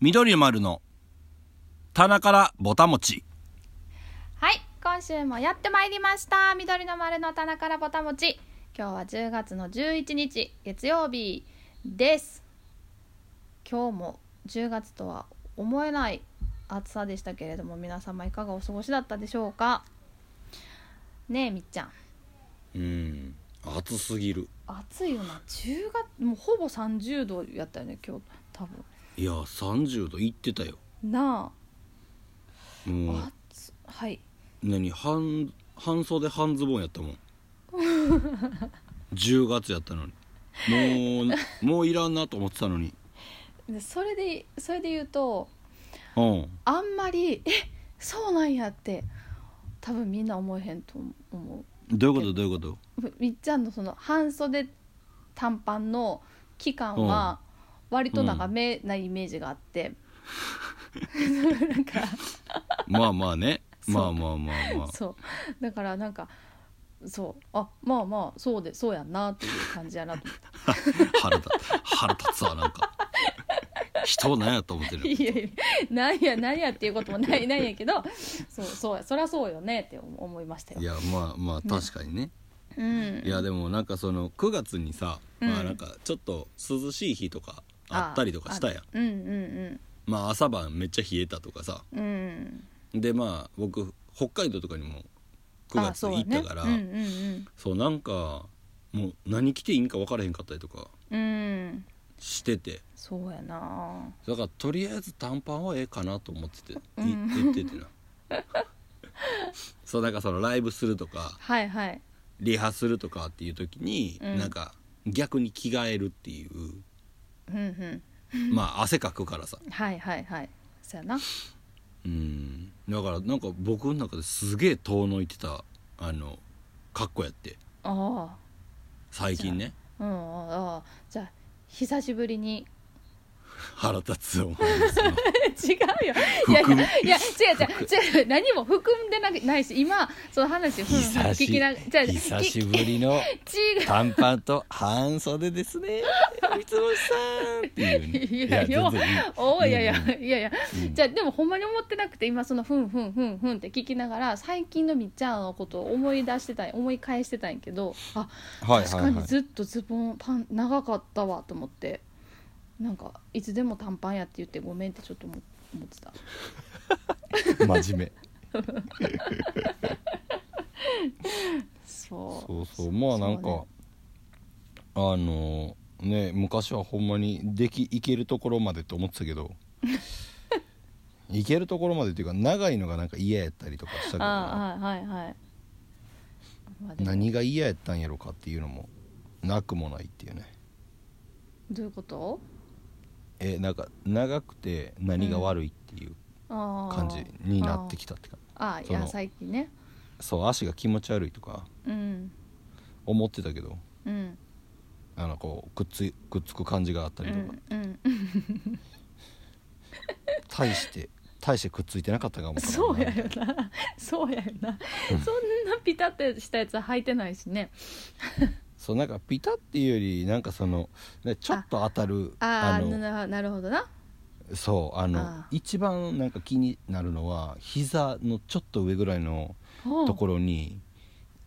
緑丸の棚からぼたもちはい今週もやってまいりました緑の丸の棚からぼたもち今日は10月の11日月曜日です今日も10月とは思えない暑さでしたけれども皆様いかがお過ごしだったでしょうかねえみっちゃんうん暑すぎる暑いよな10月もうほぼ30度やったよね今日多分いや30度いってたよなあ、もう暑はい何半半袖半ズボンやった もん10月やったのにもうもういらんなと思ってたのにでそれでそれで言うとうんあんまりえそうなんやって多分みんな思えへんと思どういうことどういうことうみっちゃんのその半袖短パンの期間は割と長めなイメージがあって、なんかまあまあ ねそうまあまあまあまあそうだからなんかそうあまあまあそうでそうやんなっていう感じやなと思っ腹立つ腹立つわなんか人を何やと思って てるいやいやなんやなんやっていうこともないないんやけどそうそうやそりゃそうよねって思いましたよい。やまあまあ確かにね、うん、いやでもなんかその9月にさ、うんまあなんかちょっと涼しい日とかあったりとかしたやんあうんうんまあ朝晩めっちゃ冷えたとかさうんうんでまあ僕北海道とかにも9あ月そう行やったからそう,、ね、うんうんなんかもう何着ていいんか分からへんかったりとかうんうんしててそうやなだからとりあえず短パンはええかなと思ってて、いうん言っててなそうなんかそのライブするとかはいはいリハするとかっていう時に、うんなんか逆に着替えるっていううんうんまあ汗かくからさはいはいはいそうやなうんだからなんか僕の中ですげえ遠のいてたあの格好やってあ最近ねあうんああじゃあ久しぶりに腹立つ 思いますよ 違うよいやい含むやいや違う違う違う何も含んでなくないし今その話をふんふん久し聞きな違う違う久しぶりの違う短パンと半袖ですね三つ星さんっていうねいやよ全然いいおーいやいやうんいやいや、うんじゃあでもほんまに思ってなくて今その「ふんふんふんふん」って聞きながら最近のみっちゃんのことを思い出してたん思い返してたんやけどあ、はい確はかいにはいずっとズボンパン長かったわと思ってなんかいつでも短パンやって言ってごめんってちょっと思思ってた真面目そうそうそうまあなんか、そうねあのね昔はほんまにできいけるところまでって思ってた けどいけるところまでっていうか長いのがなんか嫌やったりとかしたけどなああはいはいはい、まあ、でも何が嫌やったんやろかっていうのもなくもないっていうねどういうことえなんか長くて何が悪いっていうああ感じになってきたってか、ああいそやの最近ねそう足が気持ち悪いとかうん思ってたけどうんあのこうくっついくっつく感じがあったうりとか、んうん 大して大してくっついてなかったかもしれそうないやよな そうやよなそんなピタッとしたやつは履いてないしねそうなんかピタっていうよりなんかその、ね、ちょっと当たるああのななるほどなそうあのあー一番なんか気になるのは膝のちょっと上ぐらいのほうところに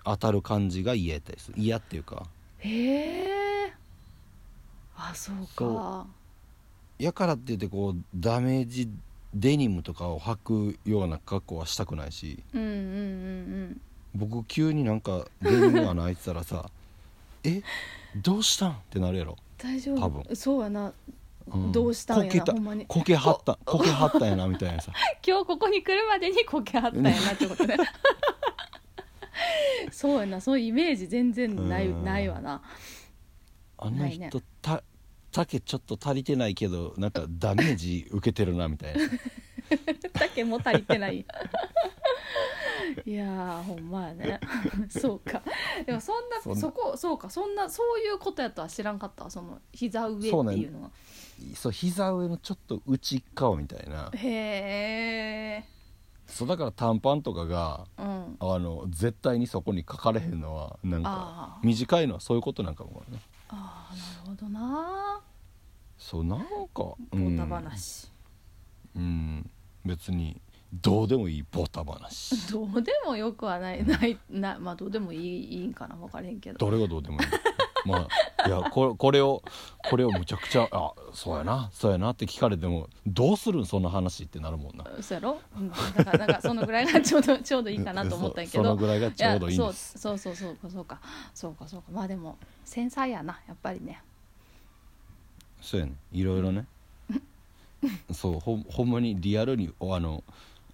当たる感じが嫌やったりする嫌っていうかへえあそうかそやからって言ってこうダメージデニムとかを履くような格好はしたくないしうんうんうん僕急になんかデニム穴開いてたらさ 「えどうしたん?」ってなるやろ。うん大丈夫多分そうやなうんどうしたんやなこけたほんまにこけはったこけはったんやなみたいなさ 今日ここに来るまでにこけあったんや なってこと ねそうやなそういうイメージ全然ないうんないわな あのないね人た丈ちょっと足りてないけどなんかダメージ受けてるなみたい な丈も足りてない いやーほんまやね そうかでもそんなそんそなこそうかそんなそういうことやとは知らんかったわその膝上ってそうなんいうのはそう膝上のちょっと内側みたいなへえそうだから短パンとかがうんあの絶対にそこに書かれへんのはなんかあー短いのはそういうことなんかもねああなるほどなそうなんか、うボんタ話、 うん別にどうでもいいボタ話 どうでもよくはないないなまあどうでもいいいいんかな分かれへんけどどれがどうでもいいまあいやこれこれをこれをむちゃくちゃあそうやなそうやなって聞かれてもどうするんそんな話ってなるもんなそうやろうんだからなんかそのぐらいがちょうど ちょうどいいかなと思ったんやけそそのどぐらいがちょうどいいんやですそうそうそうそうかそうかそうかそうかまあでも繊細やなやっぱりねそうやねいろいろ ねそうほんほんまにリアルにおあの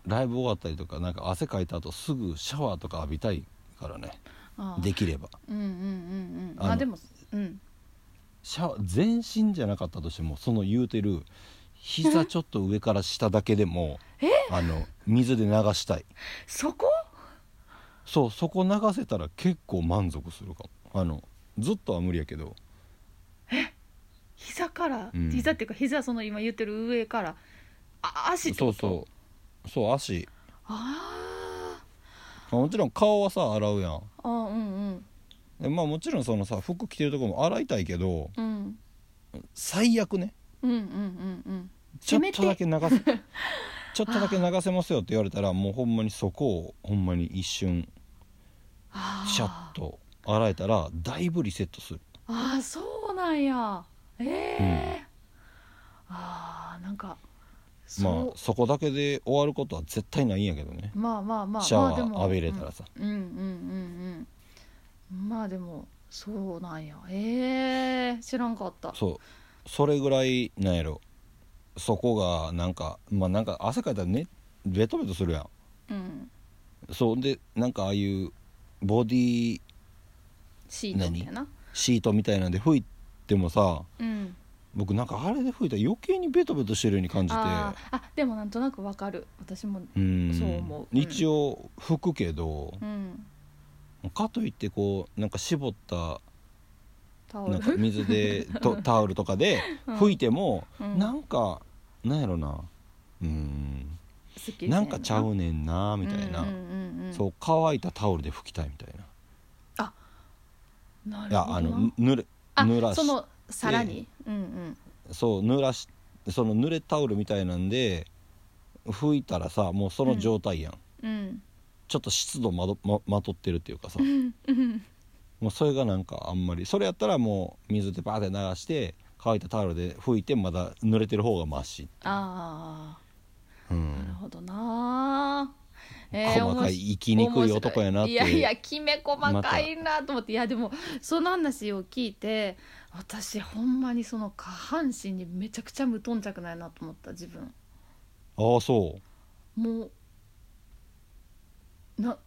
ライブ終わったりとかなんか汗かいた後すぐシャワーとか浴びたいからねああできればうんうんうんうんあまあのでもうんシャワー全身じゃなかったとしてもその言うてる膝ちょっと上から下だけでもあの水で流したいそこそうそこ流せたら結構満足するかもあのずっとは無理やけど膝から、うん膝っていうか膝その今言ってる上からあ足ってそこうとそうそう足あまあもちろん顔はさ洗うやんーあーうんうんでまあもちろんそのさ服着てるとこも洗いたいけどうん最悪ねうんうんうんうんちょせっめてとだけ流せ ちょっとだけ流せますよって言われたらもうほんまにそこをほんまに一瞬あーシャッと洗えたらだいぶリセットするああそうなんやええああなんかそう、まあそこだけで終わることは絶対ないんやけどねまあまあまあシャワまあでーも浴びれたらさ、うんうんうんうんまあでもそうなんやええ知らんかったそうそれぐらいなんやろそこがなんかまあなんか汗かいたらねベトベトするやんうんそうでなんかああいうボディシートみたいなシートみたいなんで拭いてもさうん僕なんかあれで拭いたら余計にベトベトしてるように感じてあーあでもなんとなくわかる私もうんそう思ううん一応拭くけどう、んかといってこうなんか絞ったタオなんルか水 でとタオルとかでうん拭いても、うんなんかなんやろなうんすっきりせんなんかちゃうねんなみたいな、うんうんうんうんそう乾いたタオルで拭きたいみたいな、ないるやほどなあのぬれ濡らあしそのさらに、うんうんそう濡らしその濡れタオルみたいなんで拭いたらさもうその状態やん、うんちょっと湿度まどままとってるっていうかさうんもうそれがなんかあんまりそれやったらもう水でバーって流して乾いたタオルで拭いてまだ濡れてる方がマシ、あうあなるん、ほどなー、えー細か面白い生きにくい男やなって面白いいやいいやきめ細かいなと思って、いやでもその話を聞いて私ほんまにその下半身にめちゃくちゃ無頓着ないなと思った自分ああそもうなう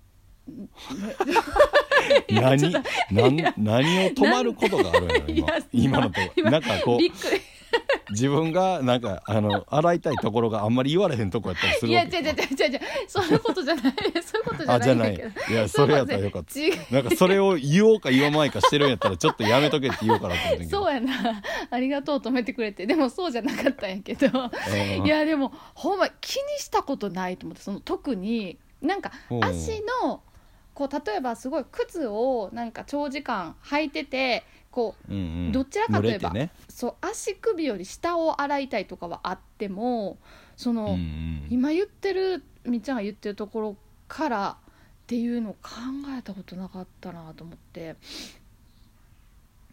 何何何を止まることがあるんやろいや今今のとこ今なんかこびっくりう自分がなんかあの洗いたいところがあんまり言われへんとこやったりすいるやわ違うけ違う違う違うそういうことじゃない そういうことじゃあなじいゃんなだいけどいやそれやったらよかった違うなんかそれを言おうか言わないかしてるんやったらちょっとやめとけって言おうかなと思ってんけどそうやな ありがとう止めてくれてでもそうじゃなかったんやけどうんいやでもほんま気にしたことないと思ってその特になんかうん足のこう例えばすごい靴をなんか長時間履いててこうんうんどちらかといえば濡れてねうそう足首より下を洗いたいとかはあってもその、うんうん今言ってるみっちゃんが言ってるところからっていうのを考えたことなかったなと思って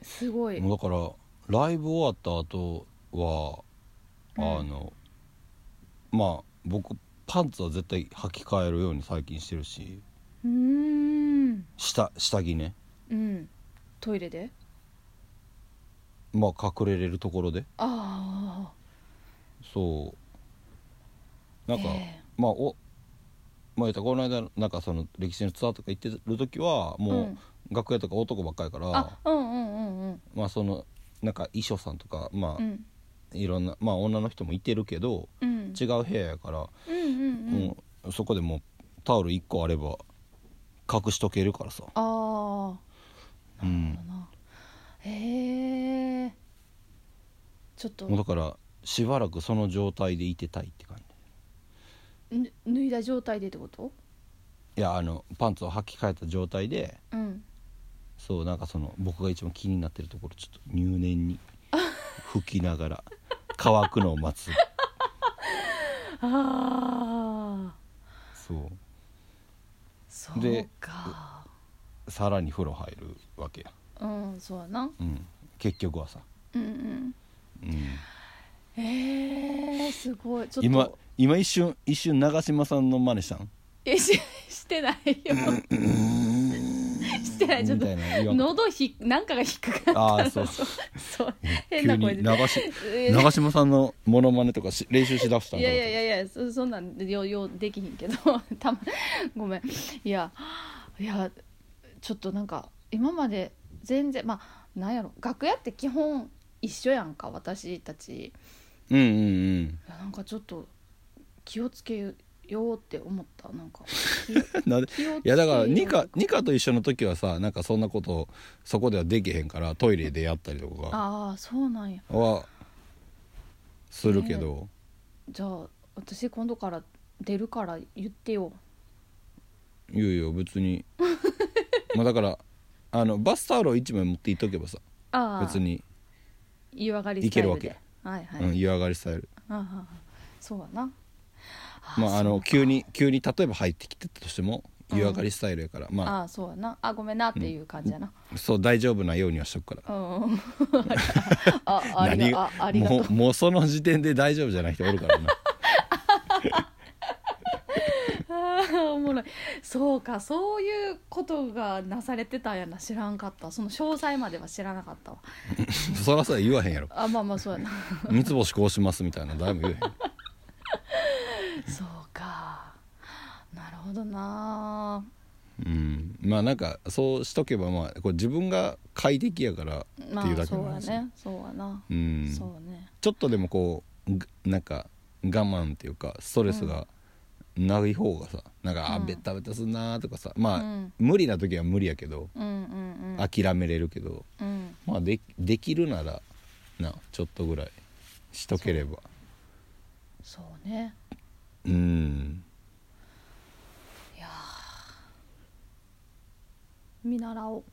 すごい。もうだからライブ終わった後はうんあの、まあ僕パンツは絶対履き替えるように最近してるしうーん下下着ねうんトイレでまあ隠れれるところであそうあなんか、まあおまあ言ったらこの間なんかその歴史のツアーとか行ってる時はうもんう楽屋とか男ばっかりやから、あうんうんうんうんまあそのなんか衣装さんとかまあ、うんいろんなまあ女の人もいてるけどうん違う部屋やから、うんうんうんもうそこでもうタオル1個あれば隠しとけるからさ、あうあん、へえちょっともうだからしばらくその状態でいてたいって感じぬ脱いだ状態でってこといやあのパンツを履き替えた状態でうんそうなんかその僕が一番気になってるところちょっと入 念に拭きながら乾くのを待つああそそうでかうさらに風呂入るわけや、うんそうやなうん、結局はさ、うんうん、うんえー、すごいちょっと今今一瞬一瞬長嶋さんの真似したんえししてない よしてないちょっみとたいな言わんかっ喉ひなんかが引っかかったあーそうそうそうた変急な声でに長しえー長嶋さんのモノマネとかし練習しだしたんいかやないやいやいやそそんなんよようできひんけど たまごめんいやいやちょっとなんか今まで全然まあなんやろ楽屋って基本一緒やんか私たちうんうん いやなんかちょっと気をつけようって思ったなん かうんなんで気をついけよやうだからニカニカと一緒の時はさなんかそんなことそこではできへんからトイレでやったりとかああそうなんやはするけど、じゃあ私今度から出るから言ってよいやいや別 にまあだからあのバスタオルを1枚持っていっとけばさああ別に、湯上がりスタイルでいけるはいはい、うん、湯上がりスタイルああそうやなまああそうのか急に急に例えば入ってきてたとしても湯上がりスタイルやから、まあああそうやなあごめんなっていう感じやなそう大丈夫なようにはしとくからうん あありがあありがともううもうその時点で大丈夫じゃない人おるからな あー おもろいそうかそういうことがなされてたんやな知らんかったその詳細までは知らなかったわそらそら言わへんやろあまあまあそう やな三つ星こうしますみたいなの誰も言えへんそうかなるほどなうん、まあなんかそうしとけばまあこれ自分が快適やからってまいうだあけそうなんやですよ、ねそうやな、うん、そうねちょっとでもこうがなんか我慢っていうかストレスがない方がさなんか、あうんべったべたすんなーとかさまあ、うん無理な時は無理やけどうんうんうん諦めれるけどうんまあでできるならなちょっとぐらいしとければそうねうん見習おう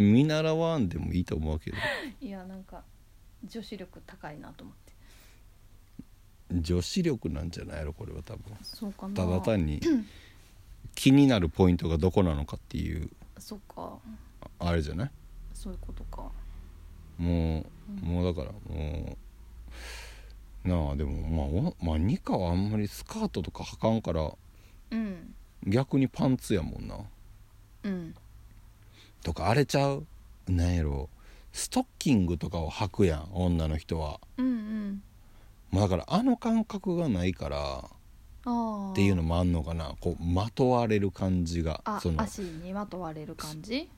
見習わんでもいいと思うけどいやなんか女子力高いなと思って女子力なんじゃないやろこれは多分そうかなただ単に気になるポイントがどこなのかっていうそうかあれじゃないそういうことかもうもうだからもうなあでもまあ、わまあ、ニカはあんまりスカートとか履かんからうん逆にパンツやもんなうんとかあれちゃうなんやろストッキングとかを履くやん女の人は、うんうんまあ、だからあの感覚がないからああっていうのもあんのかなこうまとわれる感じがあその足にまとわれる感じ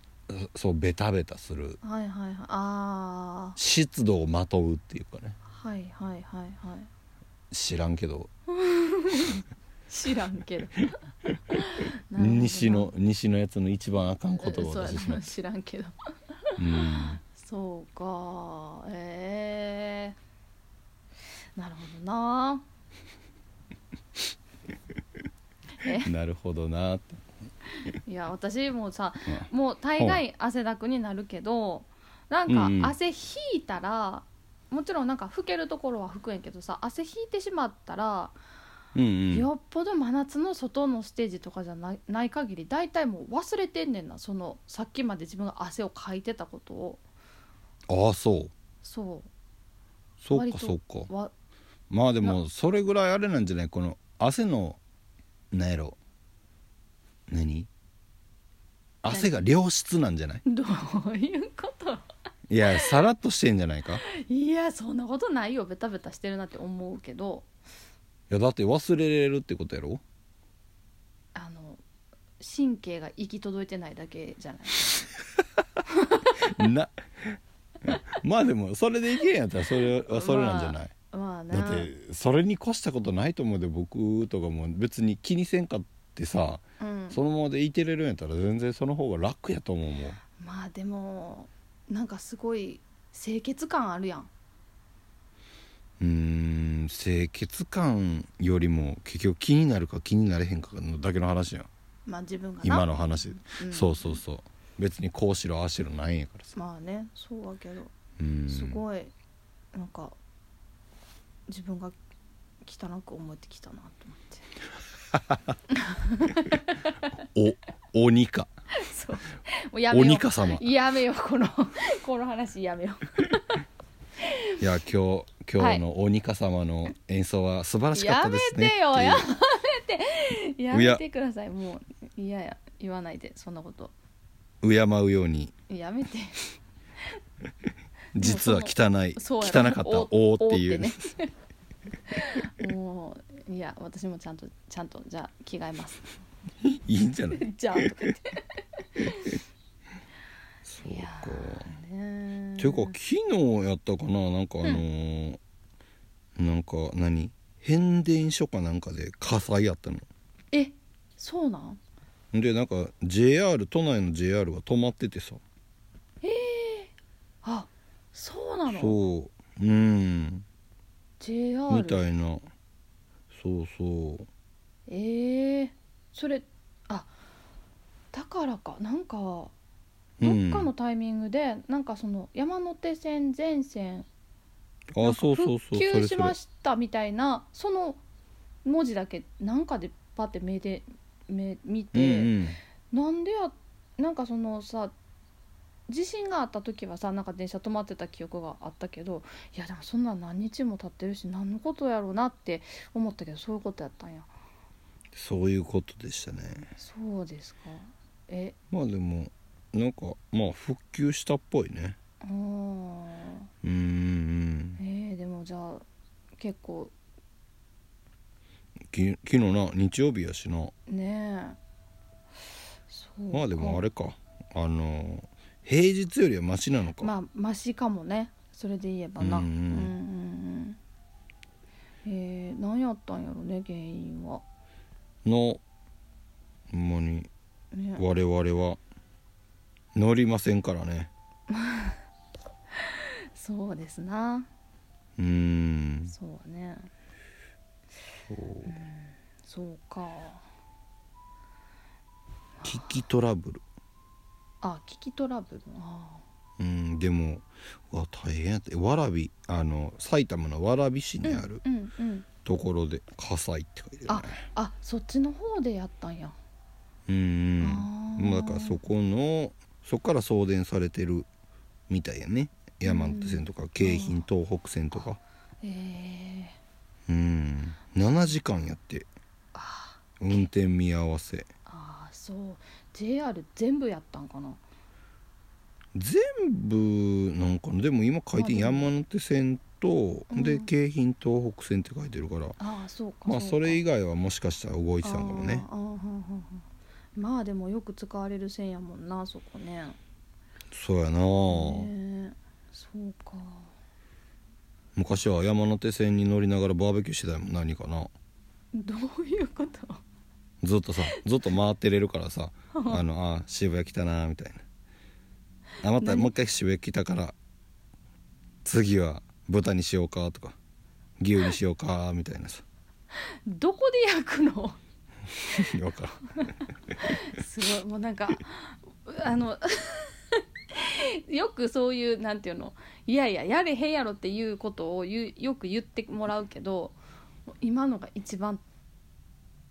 そうベタベタするはいはいはいあ湿度をまとうっていうかねあはいはいはいはい知らんけど知らん けどなるほどな西の西のやつの一番あかん言葉を そう出やしてしなまった知らんけどうんそうかえー、なるほど ななるほどな っていや私もさうもう大概汗だくになるけどなんかうんうん汗引いたら、もちろんなんか拭けるところは拭くんやけどさ汗引いてしまったら、んうんうんよっぽど真夏の外のステージとかじゃないない限り大体もう忘れてんねんなそのさっきまで自分が汗をかいてたことをああそうそそう割かとそうかうわまあでもそれぐらいあれなんじゃないこの汗のなんやろ何汗が良質なんじゃないどういうこといやさらっとしてんじゃないかいいやそんなことないよベタベタしてるなって思うけどやだって忘れれるってことやろあの神経が行き届いてないだけじゃな いな まあでもそれでいけんやったらそれはそれなんじゃない、まあなだってそれに越したことないと思うで僕とかも別に気にせんかってさうん、そのままでいてれるんやったら全然その方が楽やと思うもんまあでもなんかすごい清潔感あるやんうーん清潔感よりも結局気になるか気になれへんかのだけの話やんまあ自分がな今の話、うんそうそうそう別にこうしろああしろないんやからさまあねそうだけどうんすごいなんか自分が汚く思えてきたなと思っお鬼か てそうもうやめよう鬼か様いやめようこの この話やめようや今日今日の鬼か様の演奏は素晴らしかっやたでめすねってていうよやめてやめてくださいもういやいや言わないでそんなこと敬うようにやめて実は汚いそ汚うやかろった「おお」っていうおってねもういや私もちゃんとちゃんとじゃあ着替えます いいんじゃないじゃあとか言ってそうかねていうか昨日やったかななんかあのーなんか何変電所かなんかで火災やったのえそうなんでなんか JR 都内の JR が止まっててさあそうなのそううんみ JR たいなそうそうえー、それあだからかなんかどっかのタイミングで、なんかその山手線全線あそうそうそう復それ旧そしれましたみたいなその文字だけなんかでパッて目で目見うんて、なんでやなんかそのさ地震があった時はさなんか電車止まってた記憶があったけどいやでもそんな何日も経ってるし何のことやろうなって思ったけどそういうことやったんやそういうことでしたねそうですかえまあでもなんかまあ復旧したっぽいねあーうんうんえー、でもじゃあ結構うんき昨日な日曜日やしなねえそうかまあでもあれかあの平日よりはマシなのか、まあマシかもねそれで言えばなうんうんうんうんうんえー、何やったんやろね原因はのほんまにね我々は乗りませんからねそうですなうんそうねそうそうか機器トラブルあ機器トラブルあうんでもうわ大変やって蕨あの埼玉の蕨市にあるーうんうんところで火災って書いてあるねあそっちの方でやったんやうんうあんーだからそこのそこから送電されてるみたいやね山手線とか京浜東北線とかええうん7時間やって運転見合わせー、あーそう JR 全部やったんかな全部なんかなでも今書いてんまあでも山手線とうんで京浜東北線って書いてるからああそうかまあうかそれ以外はもしかしたら動いてたんかもねあーあーうんうんうんうんまあでもよく使われる線やもんなそこねそうやなねえそうか昔は山手線に乗りながらバーベキューしてたもん何かなどういうこと ずっとさずっと回ってれるからさあのあ渋谷来たなみたいなあまた何もう一回渋谷来たから次は豚にしようかとか牛にしようかみたいな さどこで焼くのわからんすごいもうなんかあのよくそういうなんていうのいやいややれへんやろっていうことを言うよく言ってもらうけどもう今のが一番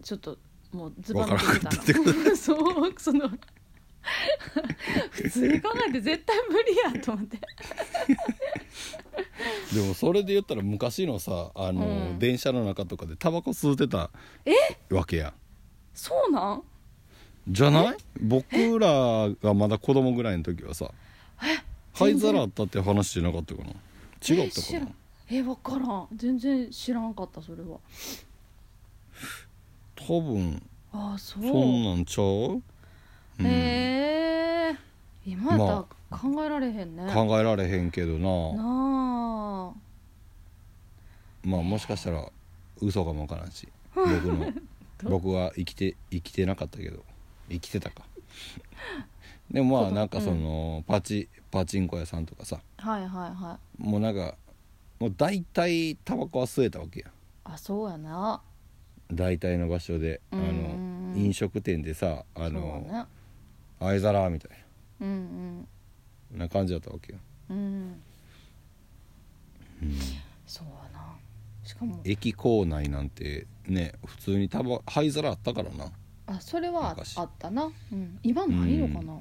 ちょっともうズバ抜けてたわからんかったってこなそうその普通に考えて絶対無理やと思ってでもそれで言ったら昔のさあの、うん電車の中とかでタバコ吸うてたわけやそうなんじゃない僕らがまだ子供ぐらいの時はさ灰皿あったって話じゃなかったかな違ったかえ知らなんえ分からん全然知らんかったそれは多分ああそうそんなんちゃう、うんへえ今やったらま考えられへんね、考えられへんけどななあまあもしかしたら嘘かもわからんし僕 の僕は生きて生きてなかったけど生きてたか でもまあ子供なんかその、パチパチンコ屋さんとかさはいはいはいもうなんかもう大体タバコは吸えたわけやあそうやな大体の場所であうんの飲食店でさああの、そうやね藍皿みたいうんな感じだったわけようんうんそうやなしかも駅構内なんてね普通にタバ灰皿あったからなあそれは昔あったな、うん、今ないのかな、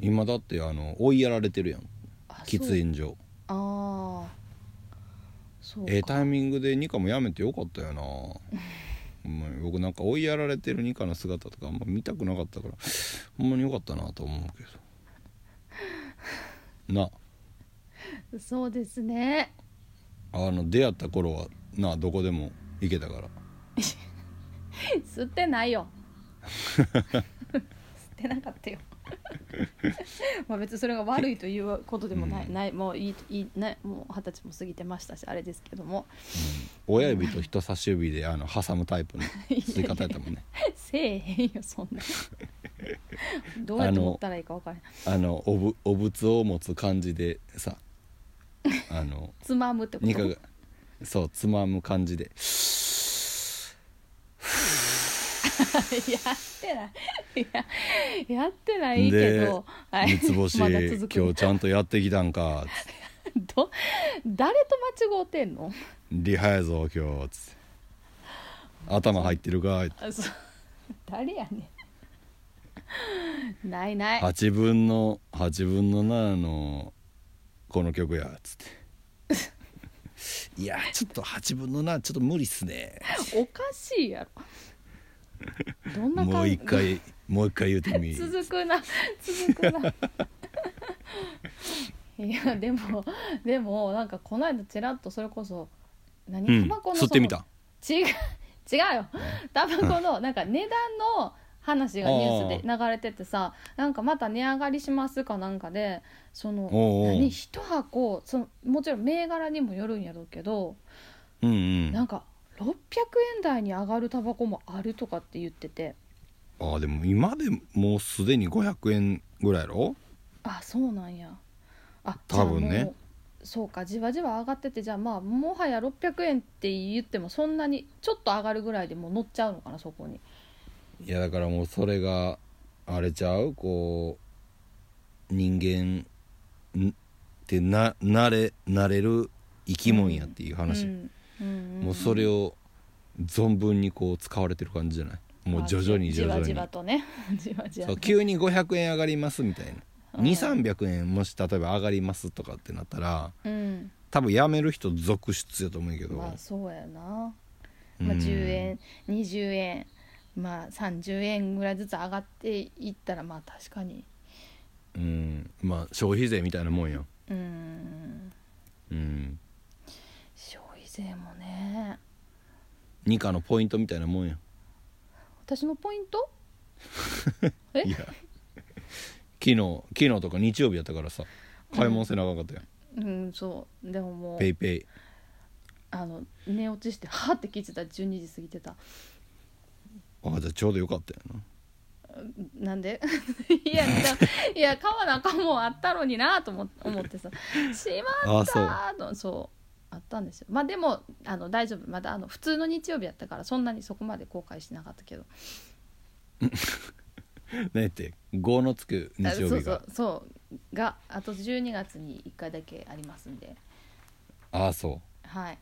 今だってあの追いやられてるやんあ喫そう煙所ああそうかええタイミングでニカもやめてよかった よなほんまに僕なんか追いやられてるニカの姿とかあんま見たくなかったからほんまによかったなと思うけ どなそうですね あの出会った頃はなどこでも行けたから吸ってないよ 吸ってなかったよ まあ別にそれが悪いということでもない,、うんないもういいいいないもう二十歳も過ぎてましたしあれですけども親指と人差し指であの挟むタイプ の吸い方やったもんねせえへんよそん などうやって持ったらいいか分からないあのおぶお仏を持つ感じで さあのつまむってこニカがとそうつまむ感じでやってないいややってないけど、は三つ星、まだ続く今日ちゃんとやってきたんかつってど誰と間違うてんのリハやぞ今日つって頭入ってるかいあそう誰やねんないない8分の8分の7のこの曲やつって いやちょっと8分の7ちょっと無理っすねおかしいやろどんな感じもう一回もう一回言うてみ 続くな続くな いやでもでもなんかこの間ちらっとそれこそ何うんタバコの吸ってみたその違う違うよタバコのなんか値段の話がニュースで流れててさなんかまた値上がりしますかなんかでそのおうおう何一箱そのもちろん銘柄にもよるんやろうけどうんうんなんか600円台に上がるタバコもあるとかって言っててあーでも今でもうすでに500円ぐらいやろあそうなんやあ多分ねじゃあもうそうかじわじわ上がっててじゃあまあもはや600円って言ってもそんなにちょっと上がるぐらいでもう乗っちゃうのかなそこにいやだからもうそれがあれちゃうこう人間んってななれなれる生き物やっていう話、うんうんうんもうそれを存分にこう使われてる感じじゃないもう徐々にあ徐々にじわじわとね じわじわそとう急に500円上がりますみたいなうん2300円もし例えば上がりますとかってなったらうん多分やめる人続出やと思うけど、まあそうやな、うんまあ、10円20円まあ30円ぐらいずつ上がっていったらまあ確かにうんまあ消費税みたいなもんやんうんうん消費税もね二課のポイントみたいなもんやん私のポイント えいや昨日昨日とか日曜日やったからさ買い物せなあかんかったやん、うんそうでももうペイペイあの寝落ちしてはーって聞いてたら12時過ぎてたああじゃあちょうどよかったよななんで いやいや買わなあかんもんあったのになと思思っ てさ「しまったーと」そうあったんですよまあでもあの大丈夫まだあの普通の日曜日やったからそんなにそこまで後悔しなかったけどねって5のつく日あ曜日がそうそうそうがあと12月に1回だけありますんでああそうはい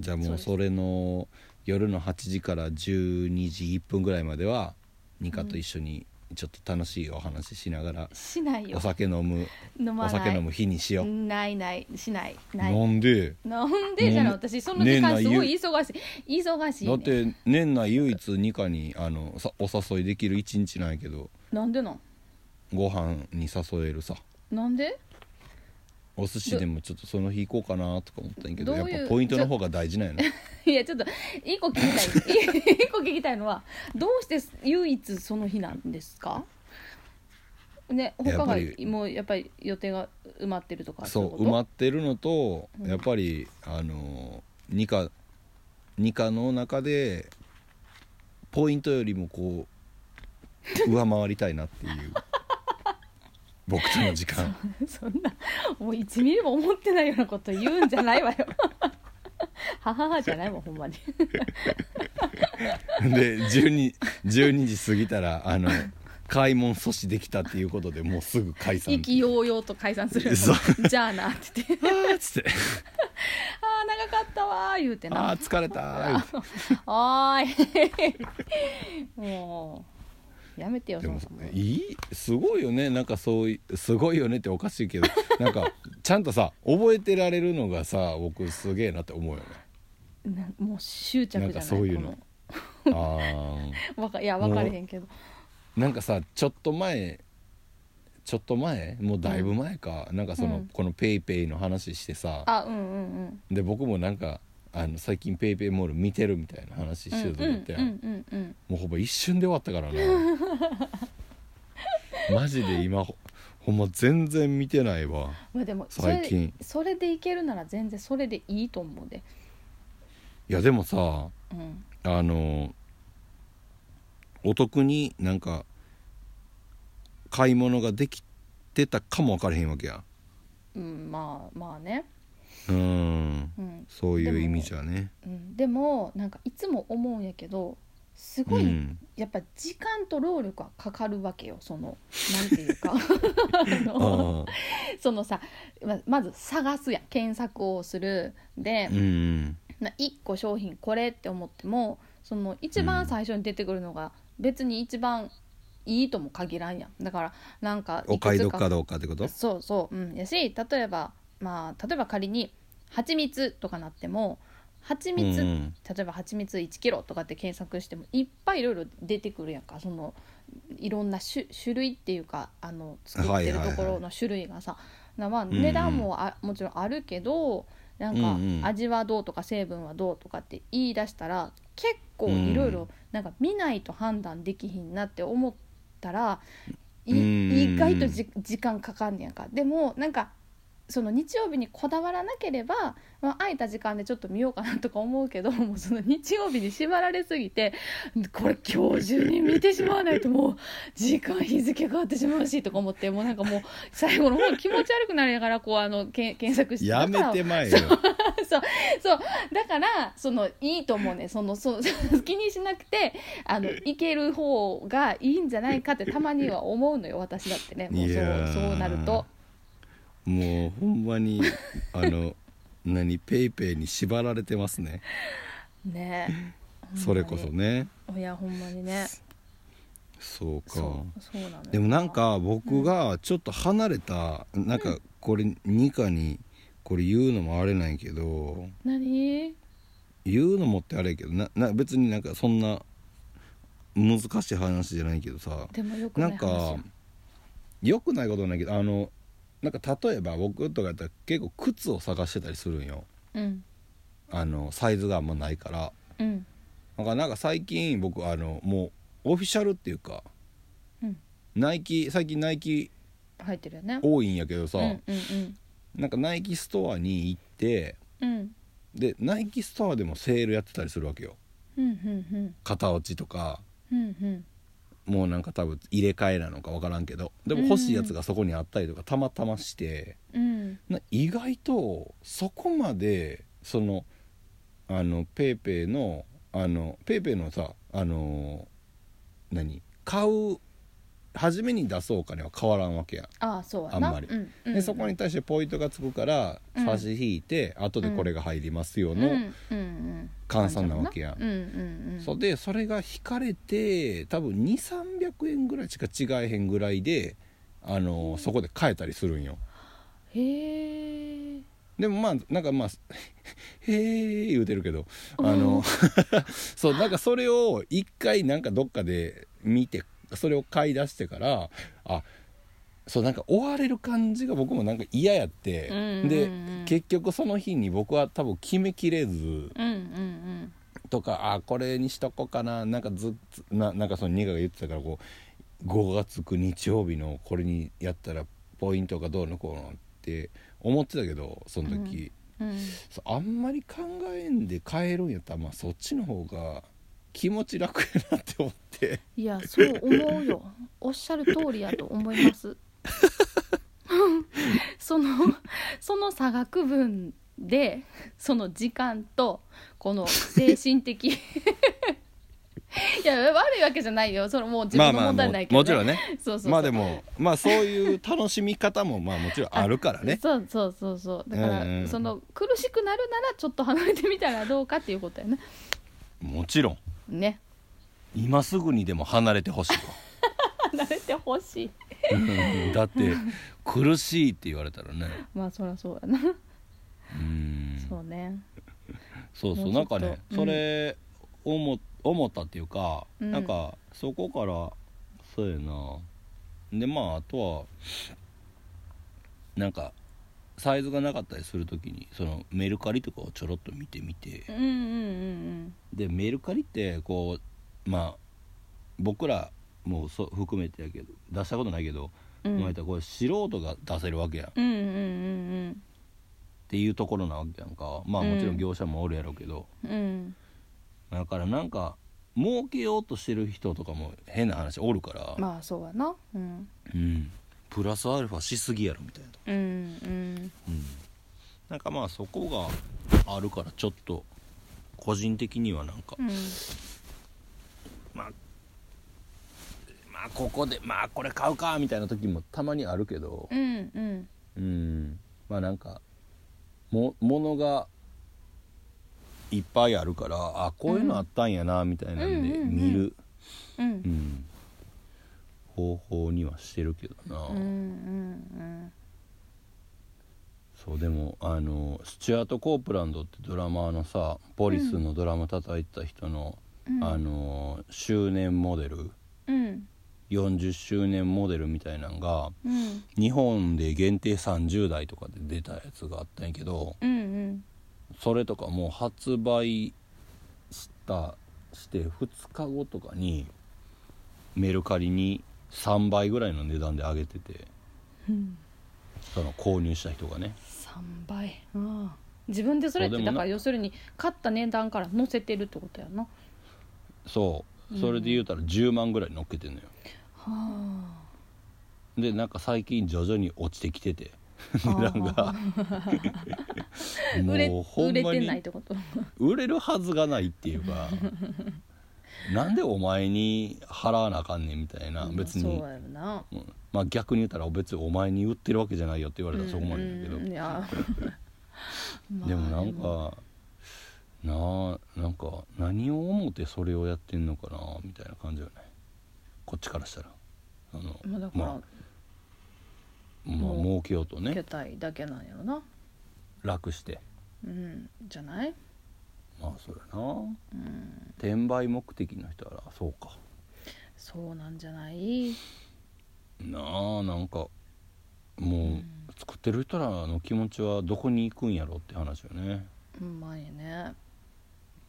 じゃあそうもうですそれの夜の8時から12時1分ぐらいまではニカと一緒にちょっと楽しいお話ししながら、しないよお酒飲む飲おまない酒飲む日にしよう、ないないしないないなんでなんでじゃななんい私その時年間内す言うごい忙しい忙しい、だねん、って年内唯一ニカにあのさお誘いできる一日なんやけどなんでなんご飯に誘えるさなんでお寿司でもちょっとその日行こうかなとか思ったんやけどどういうやっぱポイントの方が大事なんやないやちょっと一個聞き たい一個聞きたいのはどうして唯一その日なんですかね他やっぱがりもうやっぱり予定が埋まってるとかそう埋いまこってるのとうんやっぱりあのニカニカの中でポイントよりもこう上回りたいなっ ていう僕との時間と そんなもう1ミリも思ってないようなこと言うんじゃないわよ はははじゃないもんほんまにで12 12時過ぎたらあの買い物阻止できたっていうことでもうすぐ解散意気揚々と解散す るそうじゃあなって言ってあーっつってあー長かっったわー言うてあなあ疲れたー「おーい もうやめてよでそももそもいいすごいよねなんかそういうすごいよねっておかしいけど なんかちゃんとさ覚えてられるのがさ僕すげえなって思う よねなもう執着じゃないなんかそういうのこああのわかいや分かれへんけどなんかさちょっと前ちょっと前もうだいぶ前か、なんかその、うんこのペイペイの話してさあうんうんうんで僕もなんかあの最近ペイペイモール見てるみたいな話してた時って、うんうんうんうんもうほぼ一瞬で終わった からなマジで今ほほんま全然見てないわまあでもそれ最近それでいけるなら全然それでいいと思うでいやでもさうんあのお得になんか買い物ができてたかも分からへんわけやうんまあまあねうんうん、そういう意味じゃねうん、でもなんかいつも思うんやけどすうごい、んやっぱ時間と労力はかかるわけよそのなんて いうかああの あそのさままず探すやん検索をするでうんうんな1個商品これって思ってもその一番最初に出てくるのが別に一番いいとも限らんやんだからなんかいくつお買い得かどうかってことそうそう、うん、やし例えばまあ例えば仮に蜂蜜とかなっても蜂蜜、うんうん例えば蜂蜜1キロとかって検索してもいっぱいいろいろ出てくるやんかそのいろんな種種類っていうかあの作ってるはいはいはといころの種類がさ、なまあんうん値段もあ、もちろんあるけどなんかうんうん味はどうとか成分はどうとかって言い出したら結構いろういんろなんか見ないと判断できひんなって思ったら、いうんうん意外とじ時間かかんねやんかでもなんかその日曜日にこだわらなければ、まあ、空いた時間でちょっと見ようかなとか思うけど もうその日曜日に縛られすぎてこれ今日中に見てしまわないともう時間日付変わってしまうしとか思ってもうなんかもう最後の方気持ち悪くなりながらこうあのけん検索してやだからめてまえよだからそのいいと思うねその そう気にしなくてあのいける方がいいんじゃないかってたまには思うのよ私だってねもいうそやうーそうなるともうほんまにあ の何ペイペイに縛られてますねね それこそねほんまにいやほんまにねそうかそうそうなのよでもなんか僕がちょっと離れた、なんかこれニカにこれ言うのもあれなんやけど何言うのもってあれやけどなな別になんかそんな難しい話じゃないけどさでもよくなないん話やか良くないことないけどあのなんか例えば僕とかやったら結構靴を探してたりするんようんあのサイズがあんまないからうんなんかなんか最近僕あのもうオフィシャルっていうかうんナイキ最近ナイキ入ってるよね多いんやけどさ、うんうんなんかナイキストアに行ってうんうんでナイキストアでもセールやってたりするわけようんうん型落ちとかうんうんうんもうなんか多分入れ替えなのか分からんけどでも欲しいやつがそこにあったりとかたまたまして、うんな意外とそこまでそのあのペイペイのあのペイペイのさあの何買う初めに出そうかには変わらんわけや、ああそうやなあんまりうんうんでそこに対してポイントがつくからうん差し引いて、後でこれが入りますよの、うんうんうん換算なわけやんうんうんうんそうでそれが引かれて多分2300円ぐらいしか違えへんぐらいであのそこで買えたりするんよへえでもまあなんかまあ 「へえ」言うてるけどあの そうなんかそれを一回なんかどっかで見てそれを買い出してからあそうなんか追われる感じが僕もなんか嫌やって、うんうんうんで結局その日に僕は多分決めきれずうんうんとかあこれにしとこうかななんかずっとななんかそのニカが言ってたからこう5月つく日曜日のこれにやったらポイントがどうのこうのって思ってたけどその時。うんうんそうあんまり考えんで変えるんやったらまあそっちの方が気持ち楽やなって思っていやそう思うよおっしゃる通りやと思います そのその差額分で その時間とこの精神的いや悪いわけじゃないよそれもう自分の問題ないけもど、もちろんねね そうそうそうまあでもまあそういう楽しみ方もまあもちろんあるからねそうそうそうそうだから、うんうんその苦しくなるならちょっと離れてみたらどうかっていうことやなもちろん ね今すぐにでも離れてほしい わ離れてほしいうんだって苦しいって言われたらねまあそりゃそうやな、うんそうねそうそうもなうんちょかっとね、うんそれ思思ったっていうか、うんなんかそこからそうやなでまああとはなんかサイズがなかったりする時にそのメルカリとかをちょろっと見てみてうんうんうんでメルカリってこうまあ僕らもそ含めてやけど出したことないけど、うんうんまあ言ったらこう素人が出せるわけやんっうんうんうんていうところなわけやんかまあもちろん業者もおるやろうけど、うんうんだからなんか儲けようとしてる人とかも変な話おるから、まあそうやなうんうん、プラスアルファしすぎやろみたいな、うんうんうん、なんかまあそこがあるからちょっと個人的にはなんか、うんまあまあここでまあこれ買うかみたいな時もたまにあるけどうんうんうんまあなんかも物がいっぱいあるからあこういうのあったんやなみたいなんでうんうんうんうん見る。うんうん、方法にはしてるけどな、うんうんそうでもあのスチュアート・コープランドってドラマーのさポリスのドラマ叩いてた人の、うんあの周年モデルうん40周年モデルみたいなんがうん日本で限定30代とかで出たやつがあったんやけどうんうんそれとかもう発売したして2日後とかにメルカリに3倍ぐらいの値段で上げてて。うんその購入した人がね3倍ああ自分でそれっそうでてもだなから要するに買った値段から載せてるってこと やなはそううんそれで言うたら10万ぐらい乗っけてんのよあでなんか最近徐々に落ちてきてて値ー段が 売れもうほ売んれまてないっにてこと売れるはずがないっていう かなんでお前に払わなあかんねんみたいな別にそうやろなうんまあ逆に言ったら別にお前に売ってるわけじゃないよって言われたらそこまでだけどうんうんいやまあ でもなんかなあなんか何を思ってそれをやってんのかなみたいな感じよねこっちからしたらあのまあだからまあ、まあもう儲けようと受けねたいだけなんやろな楽してうんじゃないまあそうやな、転売目的の人はそうかそうなんじゃないなあなんかもう作ってる人らの気持ちはどこに行くんやろって話よねうんまいね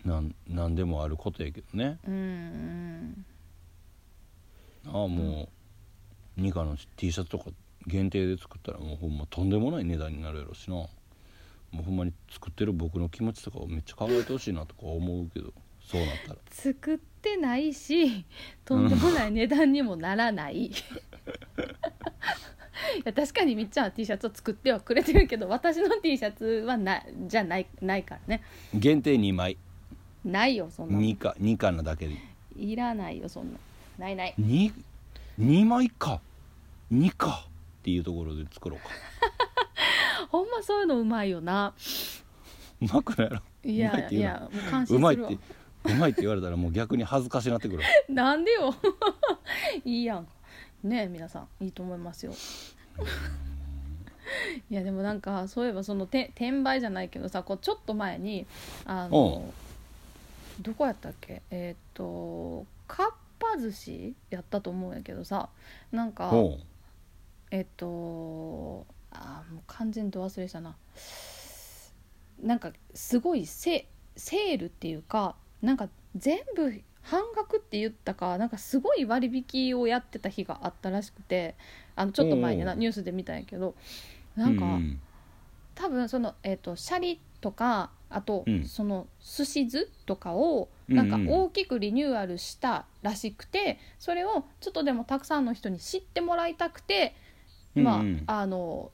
なんなんでもあることやけどねうんうあんあもう、ニカの T シャツとか限定で作ったらもうほんまとんでもない値段になるやろしなもうほんまに作ってる僕の気持ちとかをめっちゃ考えてほしいなとか思うけどそうなったら作ってな いしとんでもない値段にもならない いや確かにみっちゃんは T シャツを作ってはくれてるけど私の T シャツはなじゃないないからね限定2枚ないよそんなの2か2かなだけでいらないよそんなないない 2, 2枚か2かっていうところで作 ろうかほんまそういうのうまいよなうまくないやろまいっいうやてい言うなやもう感う心ますいっるわてうまいって言われたら もう逆に恥ずかしなってくる なんでよいいやんねえ皆さんいいと思いますよ いやでもなんかそういえばそのて転売じゃないけどさこうちょっと前にあのどこやったっけえーっ、とかっぱ寿司やったと思うんやけどさなんかおうえっとあーもう完全と忘れしたななんかすごいセセールっていうかなんか全部半額って言ったかなんかすごい割引をやってた日があったらしくてあのちょっと前になおうニュースで見たんやけどなんか、う多分その、えっとシャリとかあと、うんそのすし酢とかをうんうなんんか大きくリニューアルしたらしくて、それをちょっとでもたくさんの人に知ってもらいたくて、うんうんまああの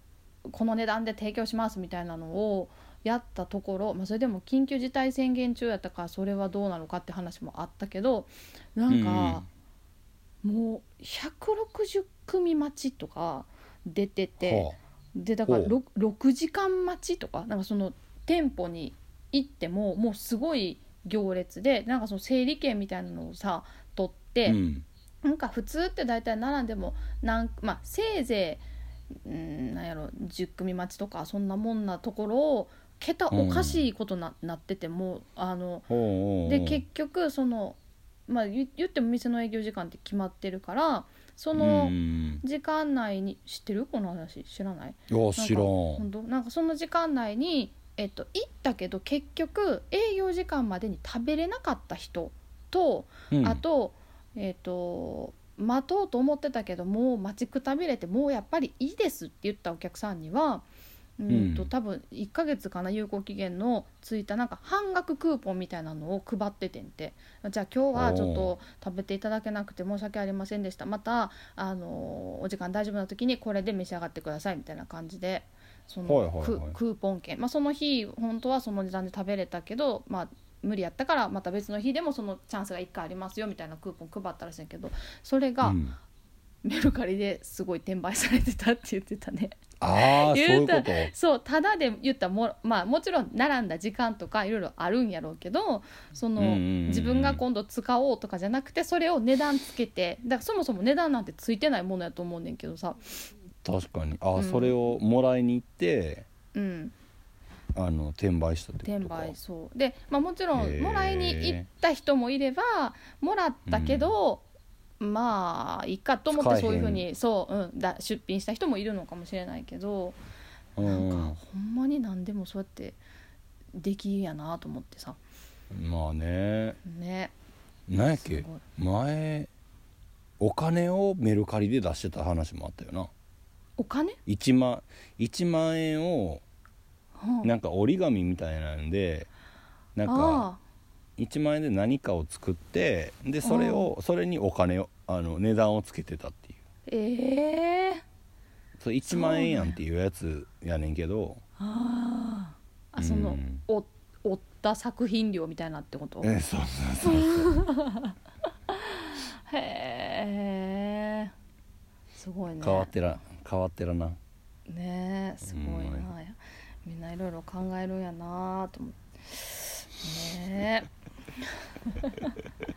この値段で提供しますみたいなのをやったところ、まあ、それでも緊急事態宣言中やったからそれはどうなのかって話もあったけどなんか、もう160組待ちとか出てて。はでだからほう 6, 6時間待ちとかなんかその店舗に行ってももうすごい行列でなんかその整理券みたいなのをさ取っあて、うんなんか普通って大体並んでもなん、まあ、せいぜいうんなんやろ10組待ちとかそんなもんなところを桁おかしいことな,、なっててもうあのほうほうで結局その、まあ、言言っても店の営業時間って決まってるからそのうん時間内に、知ってるこの話知らないいや知ら本ん当なんかその時間内に、えっと、行ったけど結局営業時間までに食べれなかった人と、うんあとえっと待とうと思ってたけどもう待ちくたびれてもうやっぱりいいですって言ったお客さんには。うんとうん多分1ヶ月かな有効期限のついたなんか半額クーポンみたいなのを配っててんてじゃあ今日はちょっと食べていただけなくて申し訳ありませんでしたまた、あのーお時間大丈夫な時にこれで召し上がってくださいみたいな感じでその、はいはいはいククーポン券、まあ、その日本当はその値段で食べれたけど、まあ、無理やったからまた別の日でもそのチャンスが1回ありますよみたいなクーポン配ったらしいんやけどそれが うんメルカリですごい転売されてたって言ってたね。 ああそうい言ううこたとそうただで言ったらも,、まあ、もちろん並んだ時間とかいろいろあるんやろうけどその、うんうんうんうん自分が今度使おうとかじゃなくてそれを値段つけてだからそもそも値段なんてついてないものやと思うねんけどさ、確かにあ、うんそれをもらいに行ってうん、あの転売したって転ことか売そうで、まあ、もちろへんーもらいに行った人もいればもらったけど、まあいいかと思ってそういうふうにそう、うん、だ出品した人もいるのかもしれないけど、うなんんかほんまに何でもそうやってできやなと思ってさまあねねなんやっすけごい前お金をメルカリで出してた話もあったよなお金、 1万1万円をうんなんか折り紙みたいなんでなんかあ1万円で何かを作ってでそれをそれにお金をあの値段をつけてたっていうあええそれ1万円やんっていうやつやねんけどあああそうのんお追った作品量みたいなってことへえそうそうそうそうえすごいね変わってら変わってらなねえすごいな、うんみんないろいろ考えるんやなと思ってね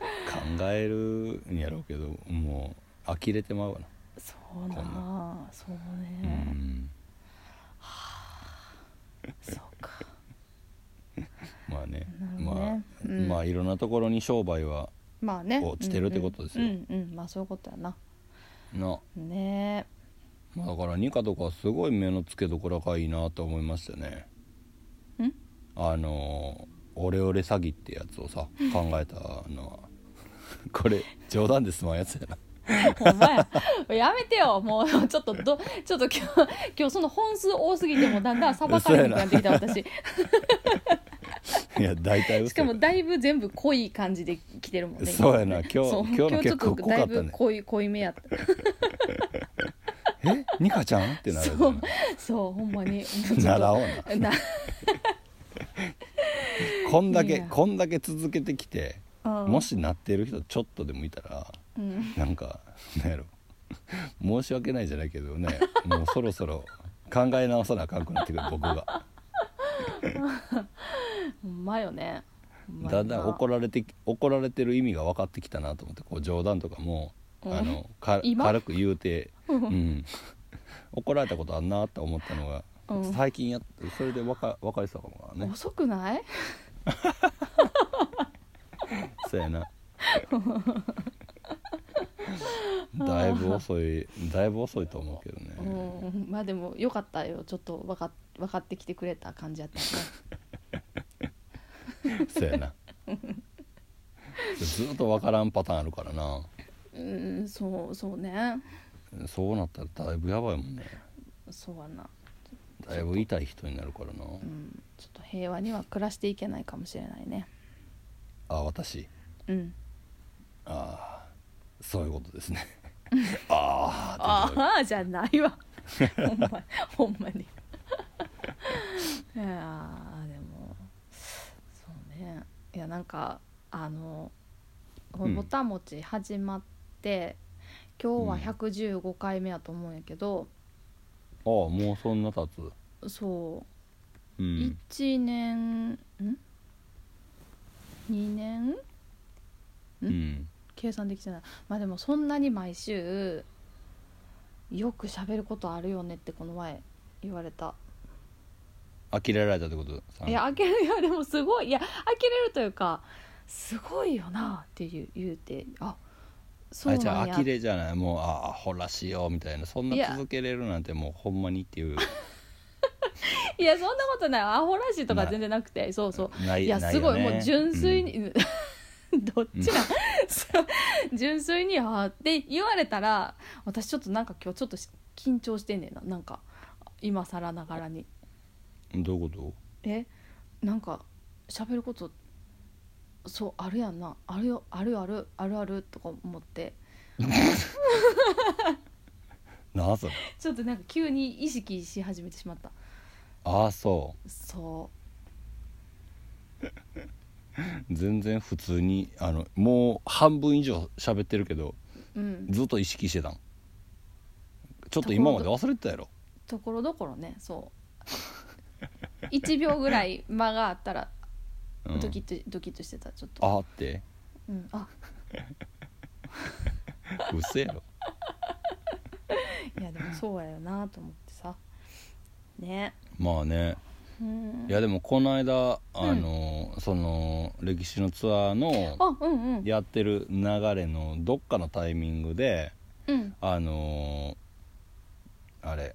考えるんやろうけどもう呆れてまうわな、えそうなそううね、ん、そうかまあねなるほまどあね、うんまあいろんなところに商売はまあね落ちてるってことですようんうん、うんうんまあそういうことやなな、ねまあ、だからニカとかすごい目の付けどころがいいなと思いましたねえんあのーオレオレ詐欺ってやつをさ考えたのは これ冗談ですまんやつやなお前やめてよもうちょっとどちょっと今日今日その本数多すぎてもうだんだんさばかれなくなってきた私いや大体嘘しかもだいぶ全部濃い感じで来てるもんねそうやな今日そう今日の結構今日ちょっとだ濃かっいぶたね濃い濃いめやったえニカちゃんってなるそうそうほん まにならおうな なこんだいけやこんだけ続けてきてうんもしなってる人ちょっとでもいたらうんなんかなんやろ申し訳ないじゃないけどねもうそろそろ考え直さなあかんくなってくる僕がほんまよねほまだやなんだん怒られて怒られてる意味が分かってきたなと思ってこう冗談とかもうんあのか今軽く言う て、うん、怒られたことあんなと思ったのが、うん最近やっそれで分か分かりそうかもなね遅くないそうや なだいぶ遅いだいぶ遅いと思うけどね、うんまあでもよかったよちょっと分かっ分かってきてくれた感じやったねそうやなずっと分からんパターンあるからなうんそうそうねそうなったらだいぶやばいもんねそうやなだいぶ痛い人になるからなうん、ちょっと平和には暮らしていけないかもしれないね。あ私うん。ああそういうことですねああ ああじゃないわ。ほんま、ほんまに。いやーでもそうねいやなんかあのこうんのぼたもち始まって、今うん日は115回目やと思うんやけど、ああもうそんな経つそうう、ん1年ん ?2 年うん計算できてないまあでもそんなに毎週よく喋ることあるよねってこの前言われた呆れられたってことさんいや開ける よでもすごいいや開けれるというかすごいよなっていう言うてあそうあじゃなあんや呆れじゃないもうあアホらしいよみたいなそんいなや続けれるなんてもうほんまにっていういやそんなことないアホらしいとか全然なくてそうそうないいやなすごいよねもう純粋に、 どっちだ、そう 純粋に「あ」って言われたら私ちょっとなんか今日ちょっとし緊張してんねんななんか今更ながらにうんどういうこえなんか喋ることそうあるやんなあるよあるあるあるあるとか思ってとなあそれちょっとなんか急に意識し始めてしまったああそそう全然普通にあのもう半分以上喋ってるけどううんずっと意識してたんちょっと今まで忘れてたやろところどころねそう 1秒ぐらい間があったらうんドキッと、ドキッとしてたちょっとあーってうん、あうっせえやろ いやでもそうやよなと思ってさねまあねうんいやでもこの間あの、その歴史のツアーのあうんうんやってる流れのどっかのタイミングでうんあのーあれ